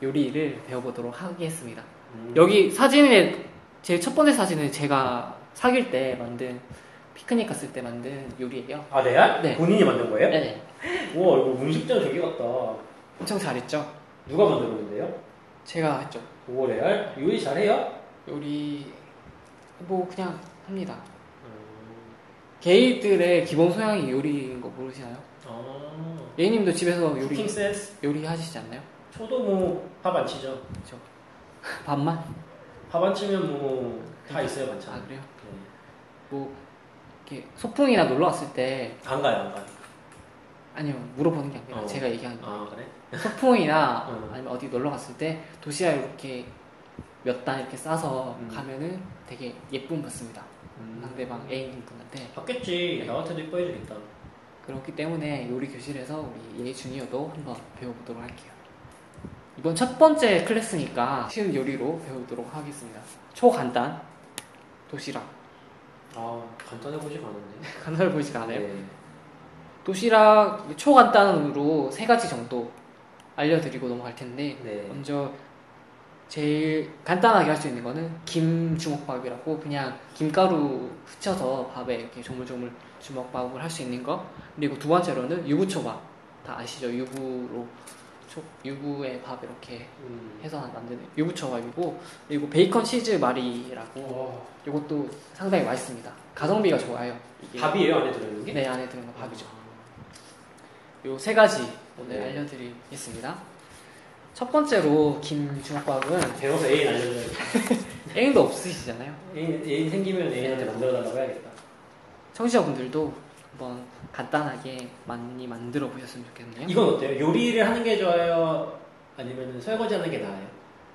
요리를 배워보도록 하겠습니다. 음. 여기 사진에 제 첫 번째 사진은 제가 사귈 때 만든 피크닉 갔을 때 만든 요리예요. 아, 레알? 네. 본인이 만든 거예요? 네, 우와, 이거 음식점 저기 같다. 엄청 잘했죠? 누가 만들었는데요? 제가 했죠. 우와, 레알? 요리 잘해요? 요리 뭐 그냥 합니다. 음, 게이들의 기본 소양이 요리인 거 모르시나요? 아. 예인님도 집에서 쿠킹 요리 센스? 요리 하시지 않나요? 저도 뭐밥 안 치죠. 밥만? 밥 안 치면 뭐 다 있어요, 아 반찬. 그래요? 네. 뭐 이렇게 소풍이나 놀러 왔을 때 안 가요, 안 가요. 아니요 물어보는 게 아니라 어. 제가 얘기한 거 아, 그래? 소풍이나 어. 아니면 어디 놀러 갔을 때 도시락 이렇게 몇 단 이렇게 싸서 음. 가면은 되게 예쁨 받습니다 상대방 애인분한테 받겠지. 음. 나한테도 이뻐해 주겠다. 그렇기 때문에 요리 교실에서 우리 예이 주니어도 한번 배워보도록 할게요 이번 첫 번째 클래스니까 쉬운 요리로 배우도록 하겠습니다 초간단 도시락 아, 간단해 보지가 않은데. 간단해 보이지가 않아요 네. 도시락 초간단으로 세 가지 정도 알려드리고 넘어갈 텐데 네. 먼저 제일 간단하게 할 수 있는 거는 김 주먹밥이라고 그냥 김가루 스쳐서 밥에 이렇게 조물조물 주먹밥을 할 수 있는 거 그리고 두 번째로는 유부초밥 다 아시죠 유부로 초, 유부의 밥 이렇게 음. 해서 만드는 유부초밥이고 그리고 베이컨 치즈 마리라고 와, 이것도 상당히 맛있습니다 가성비가 좋아요 이게 밥이에요, 안에 들어 있는 게? 네 안에 들어있는 거 밥이죠 요 세 가지 오늘 네. 알려드리겠습니다. 첫 번째로 김주먹밥은 배워서 애인 알려줘야겠다. 애인도 없으시잖아요. 애인, 애인 생기면 네. 애인한테 만들어달라고 해야겠다. 청취자분들도 한번 간단하게 많이 만들어 보셨으면 좋겠네요. 이건 어때요? 요리를 하는 게 좋아요? 아니면 설거지 하는 게 나아요?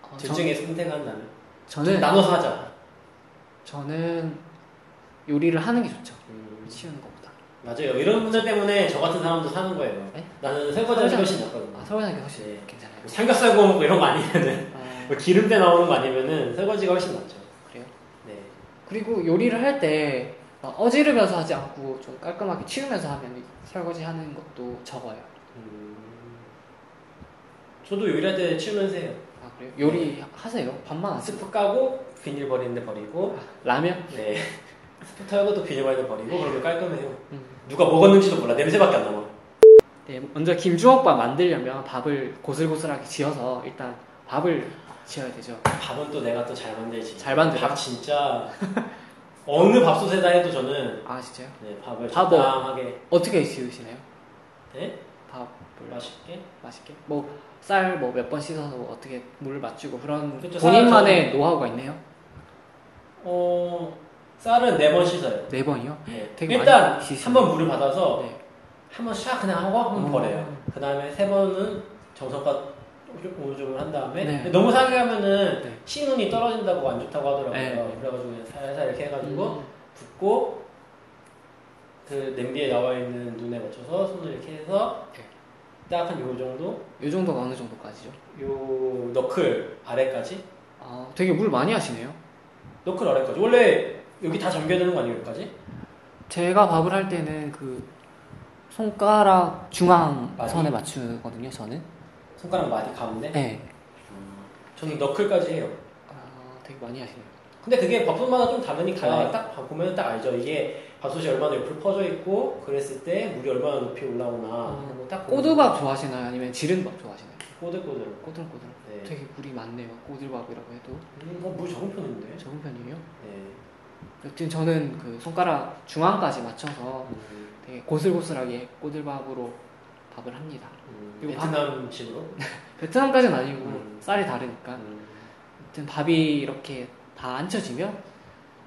어, 네. 둘 중에 선택한다면? 저, 는 나눠서 하자. 저는 요리를 하는 게 좋죠. 음. 치우는 것보다. 맞아요. 이런 분들 때문에 저 같은 사람도 사는 거예요. 네? 나는 설거지 하는 설거지 것이 아, 낫거든요. 설거지하는 게 훨씬 네. 괜찮아요. 뭐 삼겹살 구워 먹고 이런 거 아니면은 아, 뭐 기름때 나오는 거 아니면은 설거지가 훨씬 낫죠. 그래요. 네. 그리고 요리를 할 때 어지르면서 하지 않고 좀 깔끔하게 치우면서 하면 설거지 하는 것도 적어요. 음. 저도 요리할 때 치우면서 해요. 아 그래요? 요리 하세요. 밥만 하세요. 스프 까고 비닐 버리는데 버리고, 라면? 네. 스프 털고 또 비닐 버리는데 버리고 그러면 깔끔해요. 음. 누가 먹었는지도 몰라. 냄새밖에 안 남아. 네, 먼저 김주먹밥 만들려면 밥을 고슬고슬하게 지어서 일단 밥을 지어야 되죠. 밥은 또 내가 또 잘 만들지. 잘 만들어요? 밥 진짜 어느 밥솥에다 해도 저는 아 진짜요? 네, 밥을 밥을. 적당하게. 어떻게 지으시나요? 네? 밥을 맛있게. 맛있게 뭐 쌀 뭐 몇 번 씻어서 뭐 어떻게 물 맞추고 그런 그쵸, 본인만의 노하우가 있네요. 어, 쌀은 네 번 씻어요. 네 번이요? 네. 되게 일단 많이 씻으시네. 한 번 물을 받아서 네. 한 번 샥 그냥 하고 한 번 어. 버려요. 그 다음에 세 번은 정성껏 오줌을 한 다음에 네. 근데 너무 사게 하면은 네. 신운이 떨어진다고 안 좋다고 하더라고요. 네. 그래가지고 그냥 살살 이렇게 해가지고 음. 붓고 그 냄비에 나와 있는 눈에 맞춰서 손을 이렇게 해서 네. 딱 한 요 정도 요 정도가 어느 정도까지죠? 요 너클 아래까지 아, 되게 물 많이 하시네요. 너클 아래까지 원래 여기 다 잠겨야 되는 거 아니에요 여기까지? 제가 밥을 할 때는 그 손가락 중앙 많이? 선에 맞추거든요. 저는. 손가락 마디 가운데 네. 저는 너클까지 해요 아, 되게 많이 하시네요. 근데 그게 밥솥마다 좀 다르니까 네. 딱 보면 딱 알죠 이게 밥솥이 얼마나 옆으로 퍼져 있고 그랬을 때 물이 얼마나 높이 올라오나 음. 그런 거딱 보면 꼬들밥 좋아하시나요? 아니면 지른밥 좋아하시나요? 꼬들꼬들 꼬들꼬들. 네. 되게 물이 많네요. 꼬들밥이라고 해도 음, 어, 물 적은 편인데 적은 편이에요. 네. 여튼 저는 그 손가락 중앙까지 맞춰서 음, 되게 고슬고슬하게 꼬들밥으로 밥을 합니다. 음, 이거 밥- 베트남식으로 베트남까지는 아니고 음. 쌀이 다르니까. 음, 여튼 밥이 이렇게 다 안쳐지면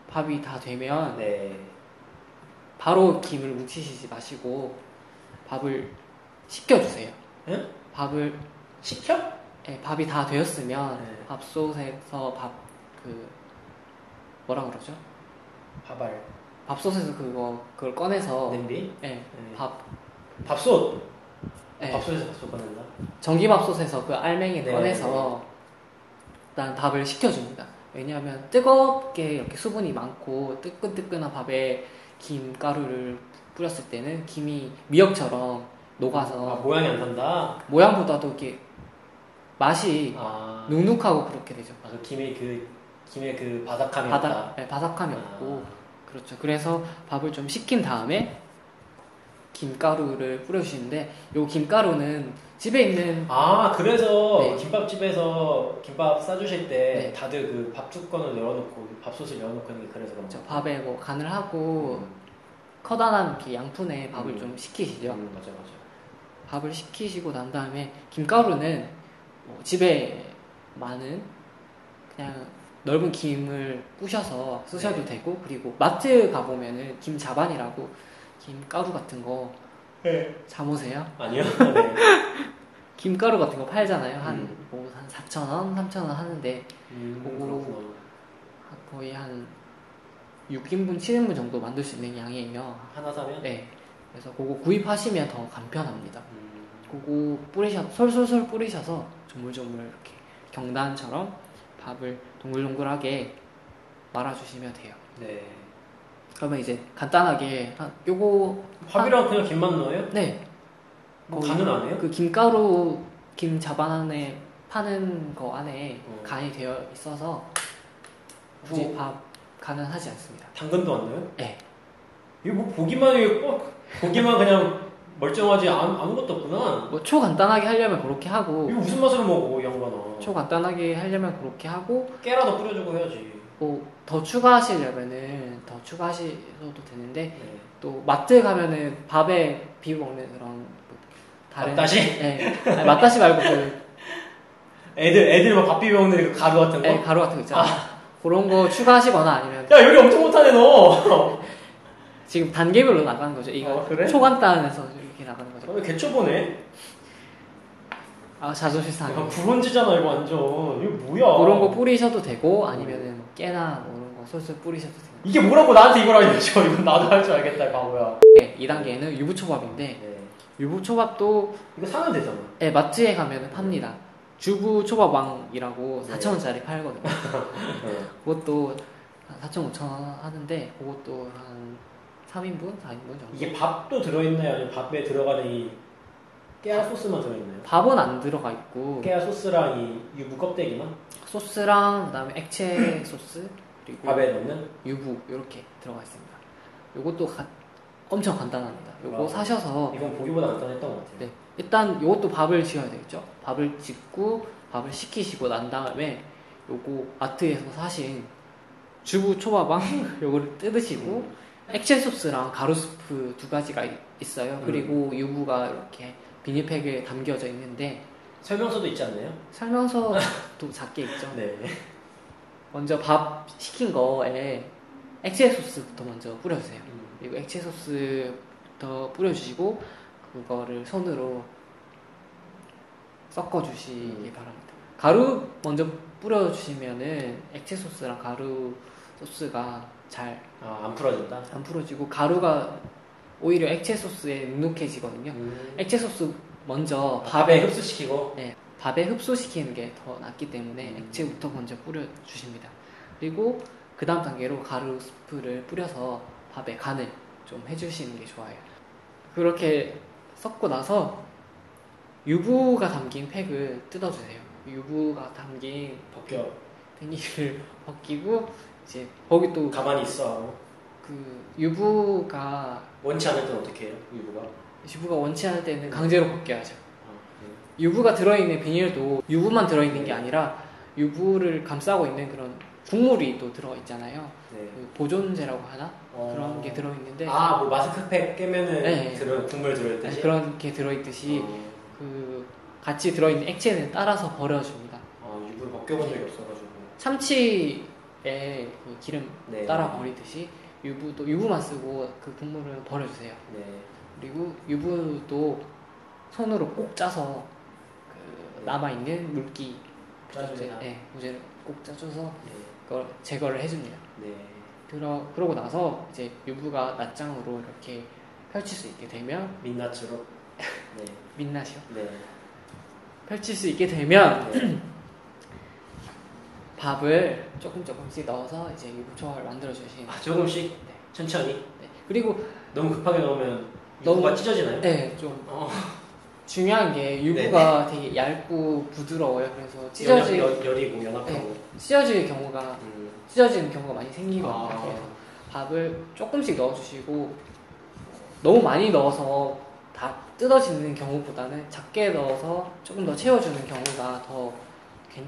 밥이 다 되면 네 바로 김을 뭉치시지 마시고 밥을 식혀주세요. 응? 밥을 식혀? 예, 밥이 다 되었으면 네. 밥솥에서 밥 그 뭐라 그러죠? 밥알 밥솥에서 그거 그걸 어. 꺼내서 냄비 예, 네. 밥 밥솥 예, 밥솥에서 밥솥 꺼낸다 전기밥솥에서 그 알맹이 네. 꺼내서 일단 밥을 식혀줍니다. 왜냐하면 뜨겁게 이렇게 수분이 많고 뜨끈뜨끈한 밥에 김가루를 뿌렸을 때는 김이 미역처럼 아, 녹아서 모양이 안 산다 모양보다도 이렇게 맛이 아, 눅눅하고 그렇게 되죠. 아, 그 김의 그 김의 그 바삭함이 바삭, 없다 네, 바삭함이 없고 그렇죠. 그래서 밥을 좀 식힌 다음에 김가루를 뿌려주시는데 요 김가루는 집에 있는 아 그래서 네. 김밥집에서 김밥 싸주실 때 네. 다들 그 밥뚜껑을 열어놓고 그 밥솥을 열어놓고 하는 게 그래서 그런 음, 저 거 밥에 뭐 간을 하고 커다란 이렇게 양푼에 밥을 음. 좀 식히시죠. 음, 맞아 맞아 밥을 식히시고 난 다음에 김가루는 뭐 집에 많은 그냥 넓은 김을 부셔서 쓰셔도 네. 되고 그리고 마트 가보면은 김 자반이라고 김가루 같은 거 네. 사모세요? 아니요 네. 김가루 같은 거 팔잖아요. 한, 음. 뭐, 한 4,000원, 3,000원 하는데 음, 오. 그렇구나 거의 한 6인분, 7인분 정도 만들 수 있는 양이에요. 하나 사면 네. 그래서 그거 구입하시면 더 간편합니다. 음, 그거 뿌리셔, 솔솔솔 뿌리셔서 조물조물 이렇게 경단처럼 밥을 동글동글하게 말아주시면 돼요. 네 그러면 이제 간단하게 한 요거 밥이랑 그냥 김만 넣어요? 네. 뭐 거기- 간은 안 해요? 그 김가루 김 자반 안에 파는 거 안에 어. 간이 되어 있어서 굳이 뭐. 밥 간은 하지 않습니다. 당근도 안 넣어요? 네. 이거 뭐 보기만 해요. 꼭 보기만 그냥 멀쩡하지 아무, 아무것도 없구나. 뭐 초간단하게 하려면 그렇게 하고 이거 무슨 맛으로 먹어 이 양반아. 초간단하게 하려면 그렇게 하고 깨라도 뿌려주고 해야지. 뭐 더 추가하시려면은 더 추가하셔도 되는데 네. 또 마트 가면은 밥에 비벼 먹는 그런 뭐 다른 맛다시? 네. 아니, 맛다시 말고 그 애들 애들 막 밥 비벼 먹는 그 가루 같은 거. 네, 가루 같은 거 있잖아요. 그런 거 추가하시거나 아니면 야 요리 엄청 못하네 너. 지금 단계별로 나가는 거죠. 이거 어, 그래? 초간단에서 이렇게 나가는 거죠. 왜 어, 개초보네? 아 자존심 약간 상해. 불온지잖아 이거 완전. 이거 뭐야? 그런 거 뿌리셔도 되고 아니면은 뭐 깨나 뭐 이런 거 솔솔 뿌리셔도 돼요. 이게 뭐라고 나한테 이걸 알려줘? 이건 나도 할 줄 알겠다 바보야. 네, 2단계는 유부초밥인데 네. 유부초밥도 이거 사면 되잖아. 네, 마트에 가면 팝니다. 주부 초밥왕이라고 네. 4,000원짜리 팔거든요. 네. 그것도 한 4,500원 하는데 그것도 한 3인분, 4인분 정도. 이게 밥도 들어있나요? 아니면 밥에 들어가는 이 깨알 소스만 들어있나요? 밥은 안 들어가 있고 깨알 소스랑 이 유부 껍데기만 소스랑 그다음에 액체 소스 그리고 밥에 넣는 유부 이렇게 들어가 있습니다. 요것도 가- 엄청 간단합니다. 요거 와. 사셔서 이건 보기보다 간단했던 것 같아요. 네, 일단 요것도 밥을 지어야 되겠죠. 밥을 짓고 밥을 식히시고 난 다음에 요거 마트에서 사신 주부 초밥왕 요거를 뜯으시고 음. 액체 소스랑 가루 스프 두 가지가 있- 있어요. 음. 그리고 유부가 이렇게 비닐팩에 담겨져 있는데 설명서도 있지 않나요? 설명서도 작게 있죠. 네. 먼저 밥 시킨 거에 액체 소스부터 먼저 뿌려주세요. 그리고 액체 소스부터 뿌려주시고 그거를 손으로 섞어주시기 바랍니다. 가루 먼저 뿌려주시면은 액체 소스랑 가루 소스가 잘 안 아, 안 풀어진다. 풀어지고 가루가 오히려 액체 소스에 눅눅해지거든요. 음. 액체 소스 먼저 어, 밥에 밥에 흡수시키고 네, 밥에 흡수시키는 게 더 낫기 때문에 음. 액체부터 먼저 뿌려주십니다. 그리고 그 다음 단계로 가루 스프를 뿌려서 밥에 간을 좀 해주시는 게 좋아요. 그렇게 섞고 나서 유부가 담긴 팩을 뜯어주세요. 유부가 담긴 벗겨. 비닐을 벗기고 이제 거기 또 가만히 있어. 하고. 그 유부가 원치 않을 땐 어떻게 해요? 유부가? 유부가 원치 않을 때는 강제로 벗겨야죠. 아, 네. 유부가 들어있는 비닐도 유부만 들어있는 게 아니라 유부를 감싸고 있는 그런 국물이 또 들어있잖아요. 네. 그 보존제라고 하나? 어. 그런 게 들어있는데 아, 뭐 마스크팩 깨면은 네. 들어, 국물 들어있듯이? 아니, 그런 게 들어있듯이 어, 그 같이 들어있는 액체는 따라서 버려줍니다. 아, 유부를 벗겨본 적이 없어가지고. 참치에 그 기름 네. 따라 버리듯이 유부도 유부만 쓰고 그 국물을 버려주세요. 네. 그리고 유부도 손으로 꼭 짜서 그 남아있는 물기 짜주세요. 네, 무제를 꼭 짜줘서 네. 그걸 제거를 해줍니다. 네. 그러, 그러고 나서 이제 유부가 낮장으로 이렇게 펼칠 수 있게 되면 민낯으로. 네. 민낯이요. 네. 펼칠 수 있게 되면 네. 밥을 조금 조금씩 넣어서 이제 유부초밥을 만들어 주시는. 아, 조금씩 천천히. 네. 그리고 너무 급하게 넣으면 너무- 유부가 찢어지나요? 네, 좀 어, 중요한 게 유부가 되게 얇고 부드러워요. 그래서 찢어질 연약- 연- 열이고 연합하고. 찢어질 경우가 음. 찢어지는 경우가 네. 많이 생기거든요. 그래서 아, 밥을 조금씩 넣어주시고 너무 많이 넣어서 다 뜯어지는 경우보다는 작게 넣어서 조금 더 채워주는 경우가 더, 괜-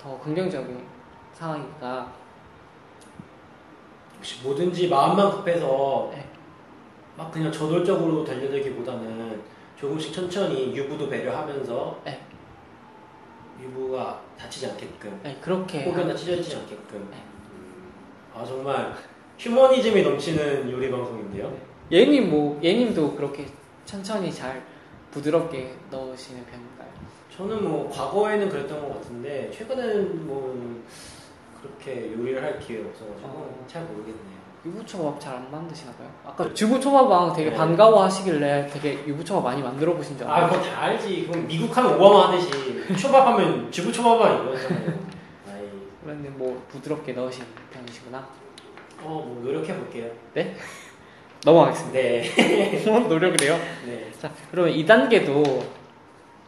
더 긍정적인 상황이니까 혹시 뭐든지 마음만 급해서 네. 막 그냥 저돌적으로 달려들기보다는 조금씩 천천히 유부도 배려하면서 네. 유부가 다치지 않게끔 네, 그렇게 혹여나 찢어지지 않게끔 네. 아 정말 휴머니즘이 넘치는 요리 방송인데요. 예님 뭐 예님도 그렇게 천천히 잘 부드럽게 넣으시는 편인가요? 저는 뭐 과거에는 그랬던 것 같은데 최근에는 뭐 그렇게 요리를 할 기회가 없어가지고 어. 잘 모르겠네요. 유부초밥 잘 안 만드시나 봐요? 아까 주부초밥왕 되게 네. 반가워하시길래 되게 유부초밥 많이 만들어 보신 줄 아 알아요. 그거 다 알지. 그건 미국 하면 오바마 하듯이 초밥하면 지구 초밥왕 이거잖아요. 아이 그런데 뭐 부드럽게 넣으시는 편이시구나. 어뭐 노력해 볼게요. 넘어가겠습니다. 네. 뭔 노력을 해요? 네. 자, 그러면 2단계도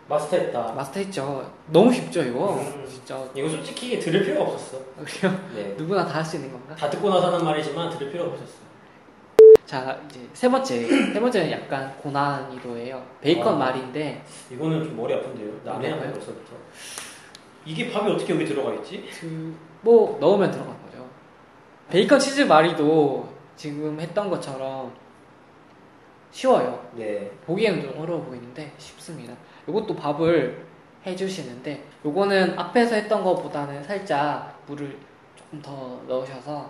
마스터했다. 마스터했죠. 너무 쉽죠, 이거? 음. 진짜. 이거 솔직히 들을 필요가 없었어. 그래요? 네. 누구나 다 할 수 있는 건가? 다 듣고 나서 하는 말이지만 들을 필요가 없었어. 자, 이제 세 번째. 세 번째는 약간 고난이도예요. 베이컨 어. 말인데, 이거는 좀 머리 아픈데요. 남의 머리 한 아파요? 벌써부터. 이게 밥이 어떻게 여기 들어가 있지? 그, 뭐, 넣으면 들어간 거죠. 베이컨 치즈 말이도 지금 했던 것처럼 쉬워요. 네. 보기에는 좀 어려워 보이는데 쉽습니다. 이것도 밥을 해주시는데, 요거는 앞에서 했던 것보다는 살짝 물을 조금 더 넣으셔서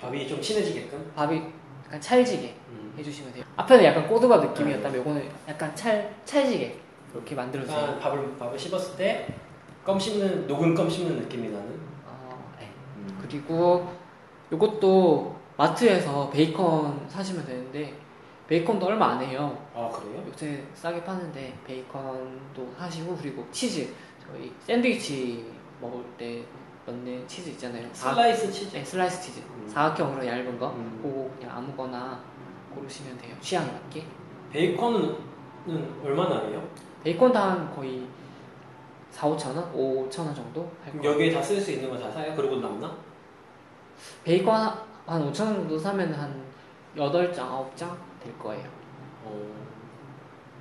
밥이 좀 친해지게끔. 밥이 약간 찰지게 음. 해주시면 돼요. 앞에는 약간 꼬드바 느낌이었다면 요거는 약간 찰 찰지게 이렇게 만들어주세요. 일단 밥을 밥을 씹었을 때 껌 씹는 녹은 껌 씹는 느낌이 나는. 어, 네. 그리고 요것도 마트에서 베이컨 사시면 되는데 베이컨도 얼마 안 해요. 아 그래요? 요새 싸게 파는데 베이컨도 사시고 그리고 치즈 저희 샌드위치 먹을 때 넣는 치즈 있잖아요. 사- 슬라이스 치즈. 네, 슬라이스 치즈 음. 사각형으로 얇은 거 음. 그거 그냥 아무거나 고르시면 돼요. 취향에 맞게. 베이컨은 얼마나 해요? 베이컨 당 거의 4, 5천 원? 5, 5천 원 정도? 할 그럼 거예요. 여기에 다 쓸 수 있는 거 다 사요? 그리고 남나? 베이컨 한- 한 5천 원 정도 사면 한 8장, 9장 될 거예요. 어.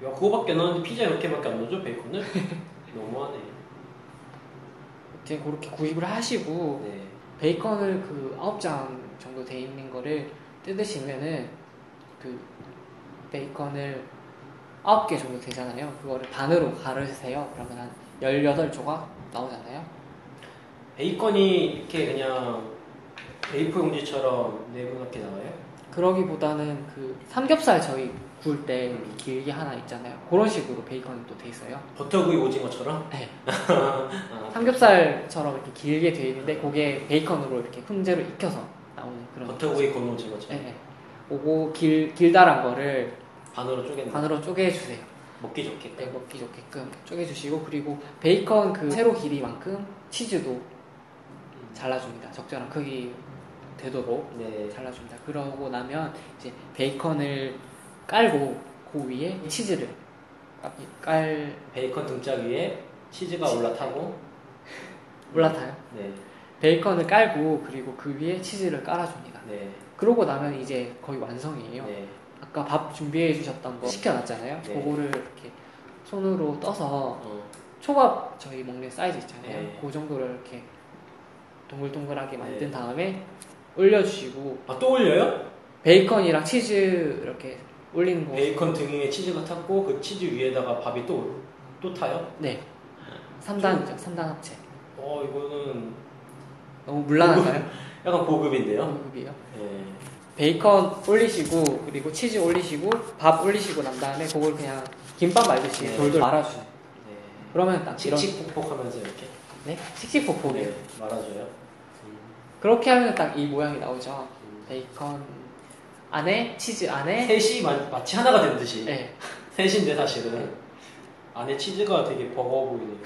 야 그거밖에 안 나는데 피자 이렇게밖에 안 넣죠 베이컨을? 너무하네. 이제 그렇게 구입을 하시고 네. 베이컨을 그 9장 정도 돼 있는 거를 뜯으시면은 그 베이컨을 아홉 개 정도 되잖아요. 그거를 반으로 가르세요. 그러면 한 18조각 나오잖아요. 베이컨이 이렇게 그냥 A4 용지처럼 네모나게 나와요? 그러기보다는 그 삼겹살 저희 구울 때 이렇게 길게 하나 있잖아요. 그런 식으로 베이컨이 또 돼 있어요. 버터구이 오징어처럼? 네. 아, 삼겹살처럼 이렇게 길게 돼 있는데 그게 베이컨으로 이렇게 훈제로 익혀서 나오는 그런 버터구이 건 오징어처럼 네. 오고 길, 길다란 거를 반으로 쪼개는 거. 반으로 쪼개주세요. 먹기 좋게 네, 먹기 좋게끔 쪼개주시고 그리고 베이컨 그 세로 길이만큼 치즈도 음. 잘라줍니다. 적절한 크기 되도록 네 잘라줍니다. 그러고 나면 이제 베이컨을 깔고 그 위에 치즈를 깔- 깔 베이컨 등짝 위에 치즈가 치즈. 올라타고 올라타요. 네, 베이컨을 깔고 그리고 그 위에 치즈를 깔아줍니다. 네, 그러고 나면 이제 거의 완성이에요. 네. 아까 밥 준비해 주셨던 거 시켜놨잖아요. 네. 그거를 이렇게 손으로 떠서 어, 초밥 저희 먹는 사이즈 있잖아요. 네. 그 정도를 이렇게 동글동글하게 만든 네. 다음에 올려주시고 아, 또 올려요? 베이컨이랑 치즈 이렇게 올리는 거. 베이컨 등 위에 치즈가 탔고 그 치즈 위에다가 밥이 또, 또 타요? 네. 3단이죠. 그- 3단 합체. 어, 이거는 너무 물란한가요? 약간 고급인데요? 고급이에요. 네. 베이컨 올리시고 그리고 치즈 올리시고 밥 올리시고 난 다음에 그걸 그냥 김밥 말듯이 네. 돌돌 말아주세요. 네. 그러면 딱 이런 칙칙폭폭 하면서 이렇게 네? 씩씩폭폭이요. 네, 말아줘요. 음, 그렇게 하면 딱 이 모양이 나오죠. 음. 베이컨 안에 치즈 안에 셋이 마, 마치 하나가 된 듯이. 네. 셋인데 사실은 안에 치즈가 되게 버거워 보이네요.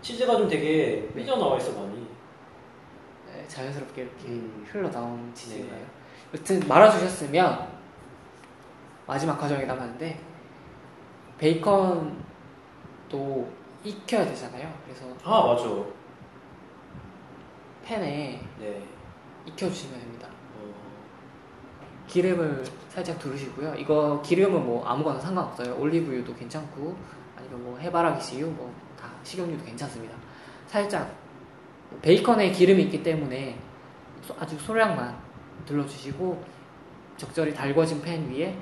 치즈가 좀 되게 네. 삐져나와 있어 많이. 네, 자연스럽게 이렇게 음. 네. 흘러나온 치즈인가요? 여튼 말아주셨으면 마지막 과정이 남았는데 베이컨도 익혀야 되잖아요. 그래서 아 맞아. 팬에 네. 익혀주시면 됩니다. 어, 기름을 살짝 두르시고요. 이거 기름은 뭐 아무거나 상관없어요. 올리브유도 괜찮고 아니면 뭐 해바라기 씨유 뭐 다 식용유도 괜찮습니다. 살짝 베이컨에 기름이 있기 때문에 소- 아주 소량만 둘러주시고 적절히 달궈진 팬 위에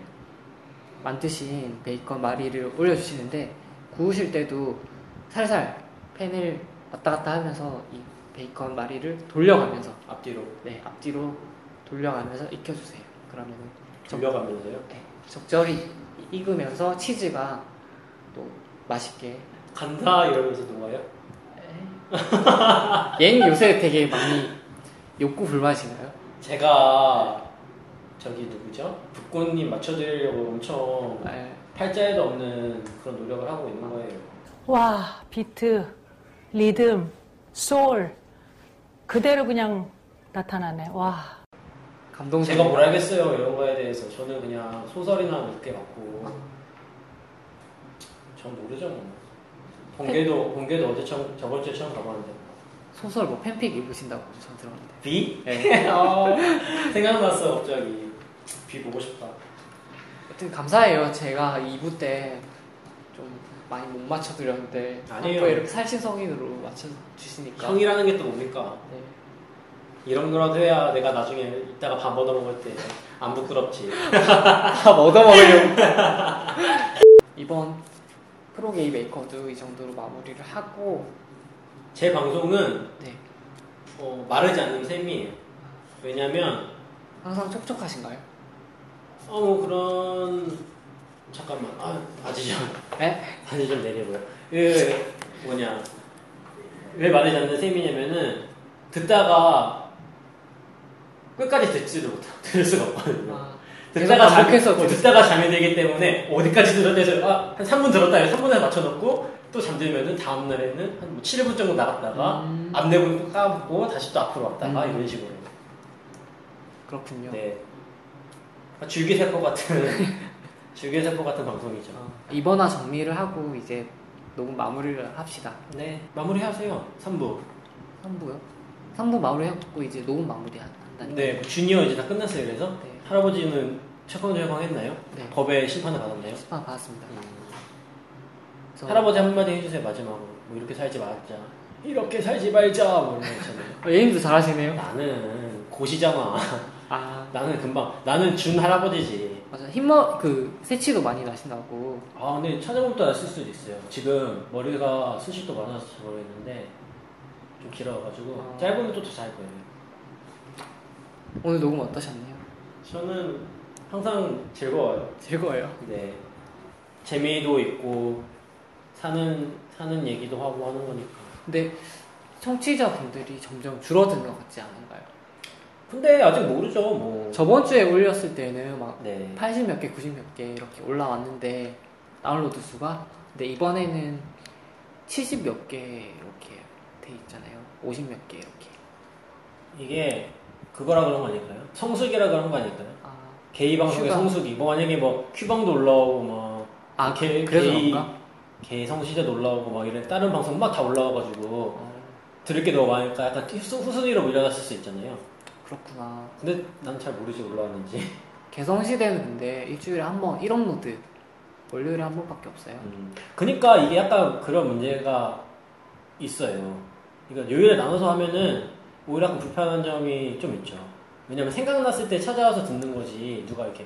만드신 베이컨 마리를 올려주시는데 구우실 때도 살살 팬을 왔다 갔다 하면서 이 베이컨 마리를 돌려가면서 앞뒤로 네, 앞뒤로 돌려가면서 익혀주세요. 그러면 돌려가면서요. 네, 적절히 익으면서 치즈가 또 맛있게. 간다 이러면서 녹아요. 얘는 요새 되게 많이 욕구 불만이신가요? 제가 저기 누구죠? 북군님 맞춰드리려고 엄청 네, 팔자에도 없는 그런 노력을 하고 있는 거예요. 와, 비트, 리듬, 소울 그대로 그냥 나타나네. 와. 감동적인. 제가 뭘 알겠어요 이런 거에 대해서 저는 그냥 소설이나 몇개 갖고 전 모르죠 뭐 번개도 번개도 어제 처음 저번 주에 처음 가봤는데 소설 뭐 팬픽 읽으신다고 전 들었는데. 비 네. 어, 생각났어 갑자기 비 보고 싶다 하여튼 감사해요. 제가 2부 때 좀 많이 못 맞춰드렸는데. 아니에요. 앞으로 이렇게 살신성인으로 맞춰주시니까. 형이라는 게 또 뭡니까 네. 이런 거라도 해야 내가 나중에 이따가 밥 얻어 먹을 때 안 부끄럽지 밥 아, 얻어먹으려고. 이번 프로게이 메이커도 이 정도로 마무리를 하고, 제 방송은 네. 어, 마르지 않는 셈이에요 왜냐면 항상 촉촉하신가요? 어뭐 그런 잠깐만 아 아직 좀 네? 다시 좀 내려봐요. 그 뭐냐 왜 말하지 않는 셈이냐면은 듣다가 끝까지 듣지도 못 들을 수가 없거든요. 아, 계속 듣다가 잠 반복해서 어, 듣다가 잠이 들기 때문에 어디까지 들었다 해서 아, 한 3분 들었다 해서 3분에 맞춰놓고 또 잠들면은 다음 날에는 한뭐 7분 정도 나갔다가 음. 안내분 또 까먹고 다시 또 앞으로 왔다가 음. 이런 식으로. 그렇군요. 네. 아, 줄기세포 같은 줄기세포 같은 방송이죠. 어, 이번화 정리를 하고 이제 녹음 마무리를 합시다. 네 마무리하세요. 3부. 3부요? 3부 마무리하고 이제 녹음 마무리 한- 한다니까. 네, 뭐 주니어 이제 다 끝났어요. 그래서 네. 할아버지는 채권도 해방했나요? 네. 법에 심판을 받았나요? 아, 받았습니다. 그래서 어, 할아버지 한마디 해주세요 마지막으로. 뭐 이렇게 살지 말자. 이렇게 살지 말자. 뭐 이런 거 있잖아요. 어, 예님도 잘하시네요. 나는 고시잖아. 아 나는 금방 나는 준 할아버지지. 맞아 흰머 그 새치도 많이 나신다고 아 근데 찾아보면 또 쓸 수도 있어요. 지금 머리가 수식도 많아서 잘 모르겠는데 좀 길어가지고 아. 짧으면 또 더 잘 보여요. 오늘 녹음 어떠셨나요? 저는 항상 즐거워요. 즐거워요. 네 재미도 있고 사는 사는 얘기도 하고 하는 거니까. 근데 청취자분들이 점점 줄어드는 것 같지 않은가요? 근데 아직 모르죠 뭐. 저번 주에 올렸을 때는 막 네. 80 몇 개, 90 몇 개 이렇게 올라왔는데 다운로드 수가 근데 이번에는 70 몇 개 이렇게 돼 있잖아요. 50 몇 개 이렇게. 이게 그거라 그런 거 아닐까요? 성수기라 그런 거 아닐까요? 아, 게이 방송의 휴가. 성수기. 뭐 만약에 뭐 큐방도 올라오고 막 아 게- 그래서 게이- 그런가? 개성시대도 올라오고 막 이런 다른 방송 막 다 올라와가지고 어, 들을 게 너무 많으니까 약간 후순, 후순위로 밀려났을 수 있잖아요. 그렇구나. 근데 난 잘 모르지 올라왔는지. 개성시대는 근데 일주일에 한 번 1업로드 월요일에 한 번밖에 없어요. 음. 그니까 이게 약간 그런 문제가 있어요. 그러니까 요일에 나눠서 하면은 오히려 약간 불편한 점이 좀 있죠. 왜냐면 생각났을 때 찾아와서 듣는 거지 누가 이렇게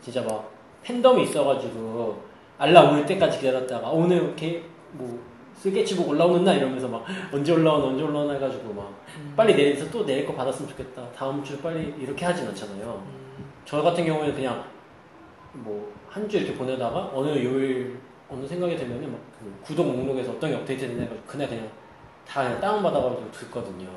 진짜 막 팬덤이 있어가지고 알람 올 때까지 기다렸다가 오늘 이렇게 뭐 스케치북 올라오는 날 이러면서 막 언제 올라오나 언제 올라오나 해가지고 막 음. 빨리 내일서 또 내일 거 받았으면 좋겠다 다음 주 빨리 이렇게 하진 않잖아요. 음, 저 같은 경우에는 그냥 뭐 한 주 이렇게 보내다가 어느 요일 어느 생각이 들면은 막그 구독 목록에서 어떤 게 업데이트 되냐 해가지고 그날 그냥 다 그냥 다운 받아가지고 듣거든요.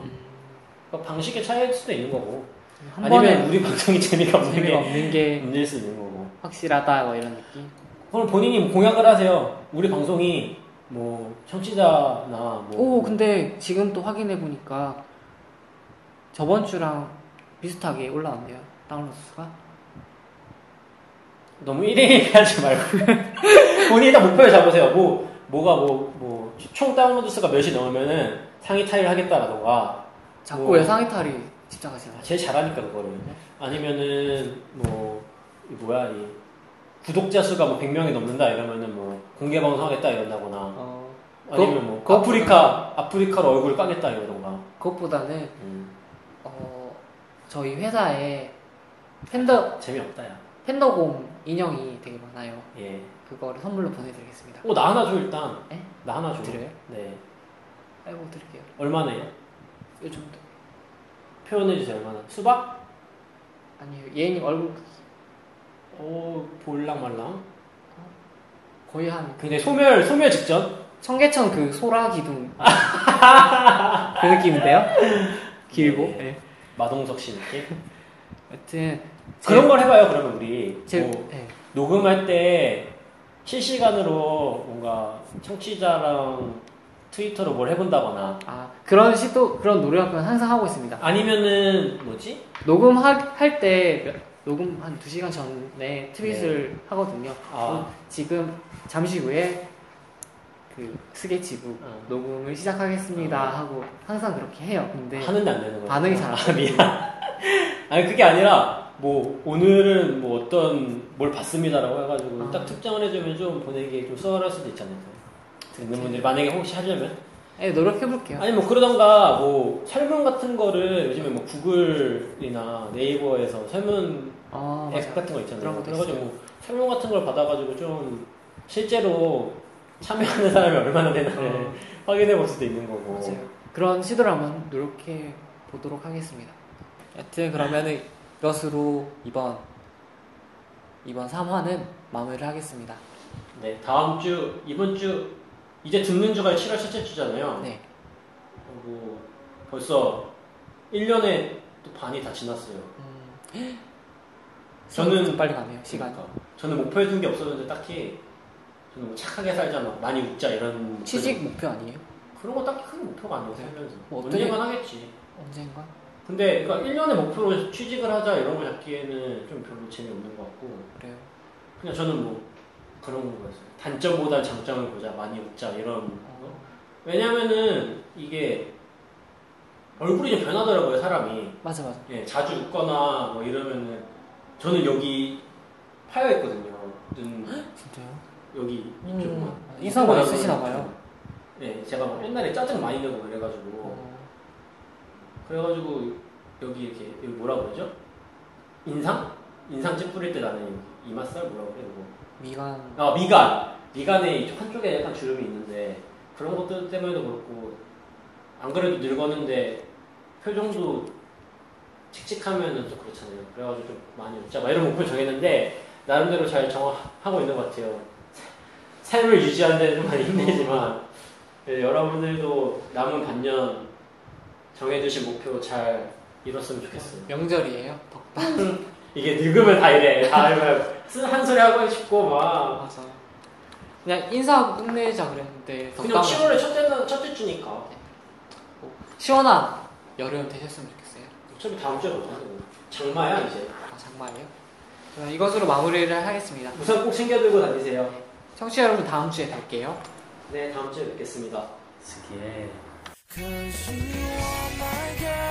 그러니까 방식의 차이일 수도 있는 거고 음. 한 아니면 번에 우리 방송이 재미가 없는 재미가 게 없는 게 문제일 수도 있는 거고. 확실하다 뭐 이런 느낌. 그럼 본인이 뭐 공약을 하세요. 우리 방송이 뭐 청취자나 뭐 오 근데 지금 또 확인해 보니까 저번 주랑 비슷하게 올라왔네요 다운로드 수가 너무 1위 하지 말고 본인이 딱 목표를 잡으세요. 뭐 뭐가 뭐 뭐 총 다운로드 수가 몇이 넘으면은 상위 타일 하겠다라던가 자꾸 뭐. 왜 상의탈이 집착하시나요? 아, 제일 잘하니까 그거를 아니면은 뭐 이 뭐야 이 구독자 수가 뭐 100명이 넘는다 이러면은 뭐 공개 방송하겠다 이런다거나 어, 아니면 뭐 그거- 아프리카 아프리카로 얼굴 까겠다 이러던가 그것보다는 음, 어, 저희 회사에 팬더 재미없다 야 팬더곰 인형이 되게 많아요 예. 그거를 선물로 보내드리겠습니다 어 나 하나 줘 일단 에? 나 하나 줘 드려요? 네 아이고 드릴게요 얼마나요? 요즘도 표현해 주세요 얼마나 수박? 아니요 예인님 얼굴 오 어, 볼랑말랑 거의 한 굉장히 소멸 소멸 직전 청계천 그 소라 기둥 그 느낌인데요? 길고 네. 네. 마동석 씨 느낌 여튼 제- 그런 걸 해봐요 그러면 우리 제, 뭐 네. 녹음할 때 실시간으로 뭔가 청취자랑 트위터로 뭘 해본다거나 아 그런 시도 그런 노력은 항상 하고 있습니다. 아니면은 뭐지? 녹음할 때 몇- 녹음 한 2시간 전에 트윗을 하거든요. 아. 어, 지금 잠시 후에 그 스케치북 어. 녹음을 시작하겠습니다 어. 하고 항상 그렇게 해요. 근데 하는데 안 되는 거야. 네. 반응이 잘안 아, 미안. 아니 그게 아니라 뭐 오늘은 뭐 어떤 뭘 봤습니다라고 해가지고 아. 딱 특정을 해주면 좀 보내기 좀 수월할 수도 있잖아요. 듣는 분들이 만약에 혹시 하려면 예, 노력해 볼게요. 아니 뭐 그러던가 뭐 설문 같은 거를 요즘에 뭐 구글이나 네이버에서 설문 아 앱 맞아. 예, 같은 거 있잖아요. 그런 것도 그래가지고 뭐 설문 같은 걸 받아가지고 좀 실제로 참여하는 사람이 얼마나 되나를 어. 확인해 볼 수도 있는 거고. 맞아요. 그런 시도를 한번 노력해 보도록 하겠습니다. 여튼 그러면은 이것으로 이번 이번 3화는 마무리를 하겠습니다. 네, 다음 주, 이번 주, 이제 듣는 주가 7월 첫째 주잖아요. 네. 어, 뭐, 벌써 1년에 또 반이 다 지났어요. 음, 저는 빨리 가네요. 시간. 그러니까. 저는 목표 해둔 게 없었는데 딱히 저는 뭐 착하게 살잖아. 많이 웃자 이런. 취직 목표 아니에요? 그런 거 딱히 큰 목표가 아니고 살면서. 뭐 어떻게- 언젠간 하겠지. 언젠가? 근데 그러니까 1년의 목표로 취직을 하자 이런 걸 잡기에는 좀 별로 재미없는 것 같고 그래요. 그냥 저는 뭐 그런 거였어요 단점보다 장점을 보자 많이 웃자 이런 거 어, 왜냐면은 이게 얼굴이 좀 변하더라고요 사람이 맞아 맞아. 예, 자주 웃거나 뭐 이러면은 저는 여기 파여 있거든요 눈 진짜요? 여기 음, 조금만 인상 많이 쓰시나 봐요. 뭐 예 제가 막 옛날에 짜증 많이 내고 그래가지고 어, 그래가지고 여기 이렇게 여기 뭐라 그러죠? 인상? 인상 찌푸릴 때 나는 이마살 뭐라 그래 이거. 미간 아 미간 미간에 이쪽 한쪽에 약간 주름이 있는데 그런 것들 때문에도 그렇고 안 그래도 늙었는데 표정도 칙칙하면은 좀 그렇잖아요 그래가지고 좀 많이 웃자 막 이런 목표 정했는데 나름대로 잘 정하고 있는 것 같아요 삶을 유지하는 데는 많이 힘들지만 네, 여러분들도 남은 반년 정해두신 목표 잘 이뤘으면 좋겠어요 명절이에요. 덕담 이게 늙으면 다 이래 다 이러면 쓴한 소리 하고 싶고 막 맞아. 그냥 인사하고 끝내자 그랬는데 덕담 그냥 10월에 첫째 날- 첫째 주니까 시원한 여름 되셨으면 좋겠어요. 어차피 다음 주에 만나 장마야 이제 아, 장마예요. 그럼 이것으로 마무리를 하겠습니다. 우산 꼭 챙겨 들고 다니세요 청취자 여러분 다음 주에 뵐게요. 네 다음 주에 뵙겠습니다 스키 Cause you are my girl.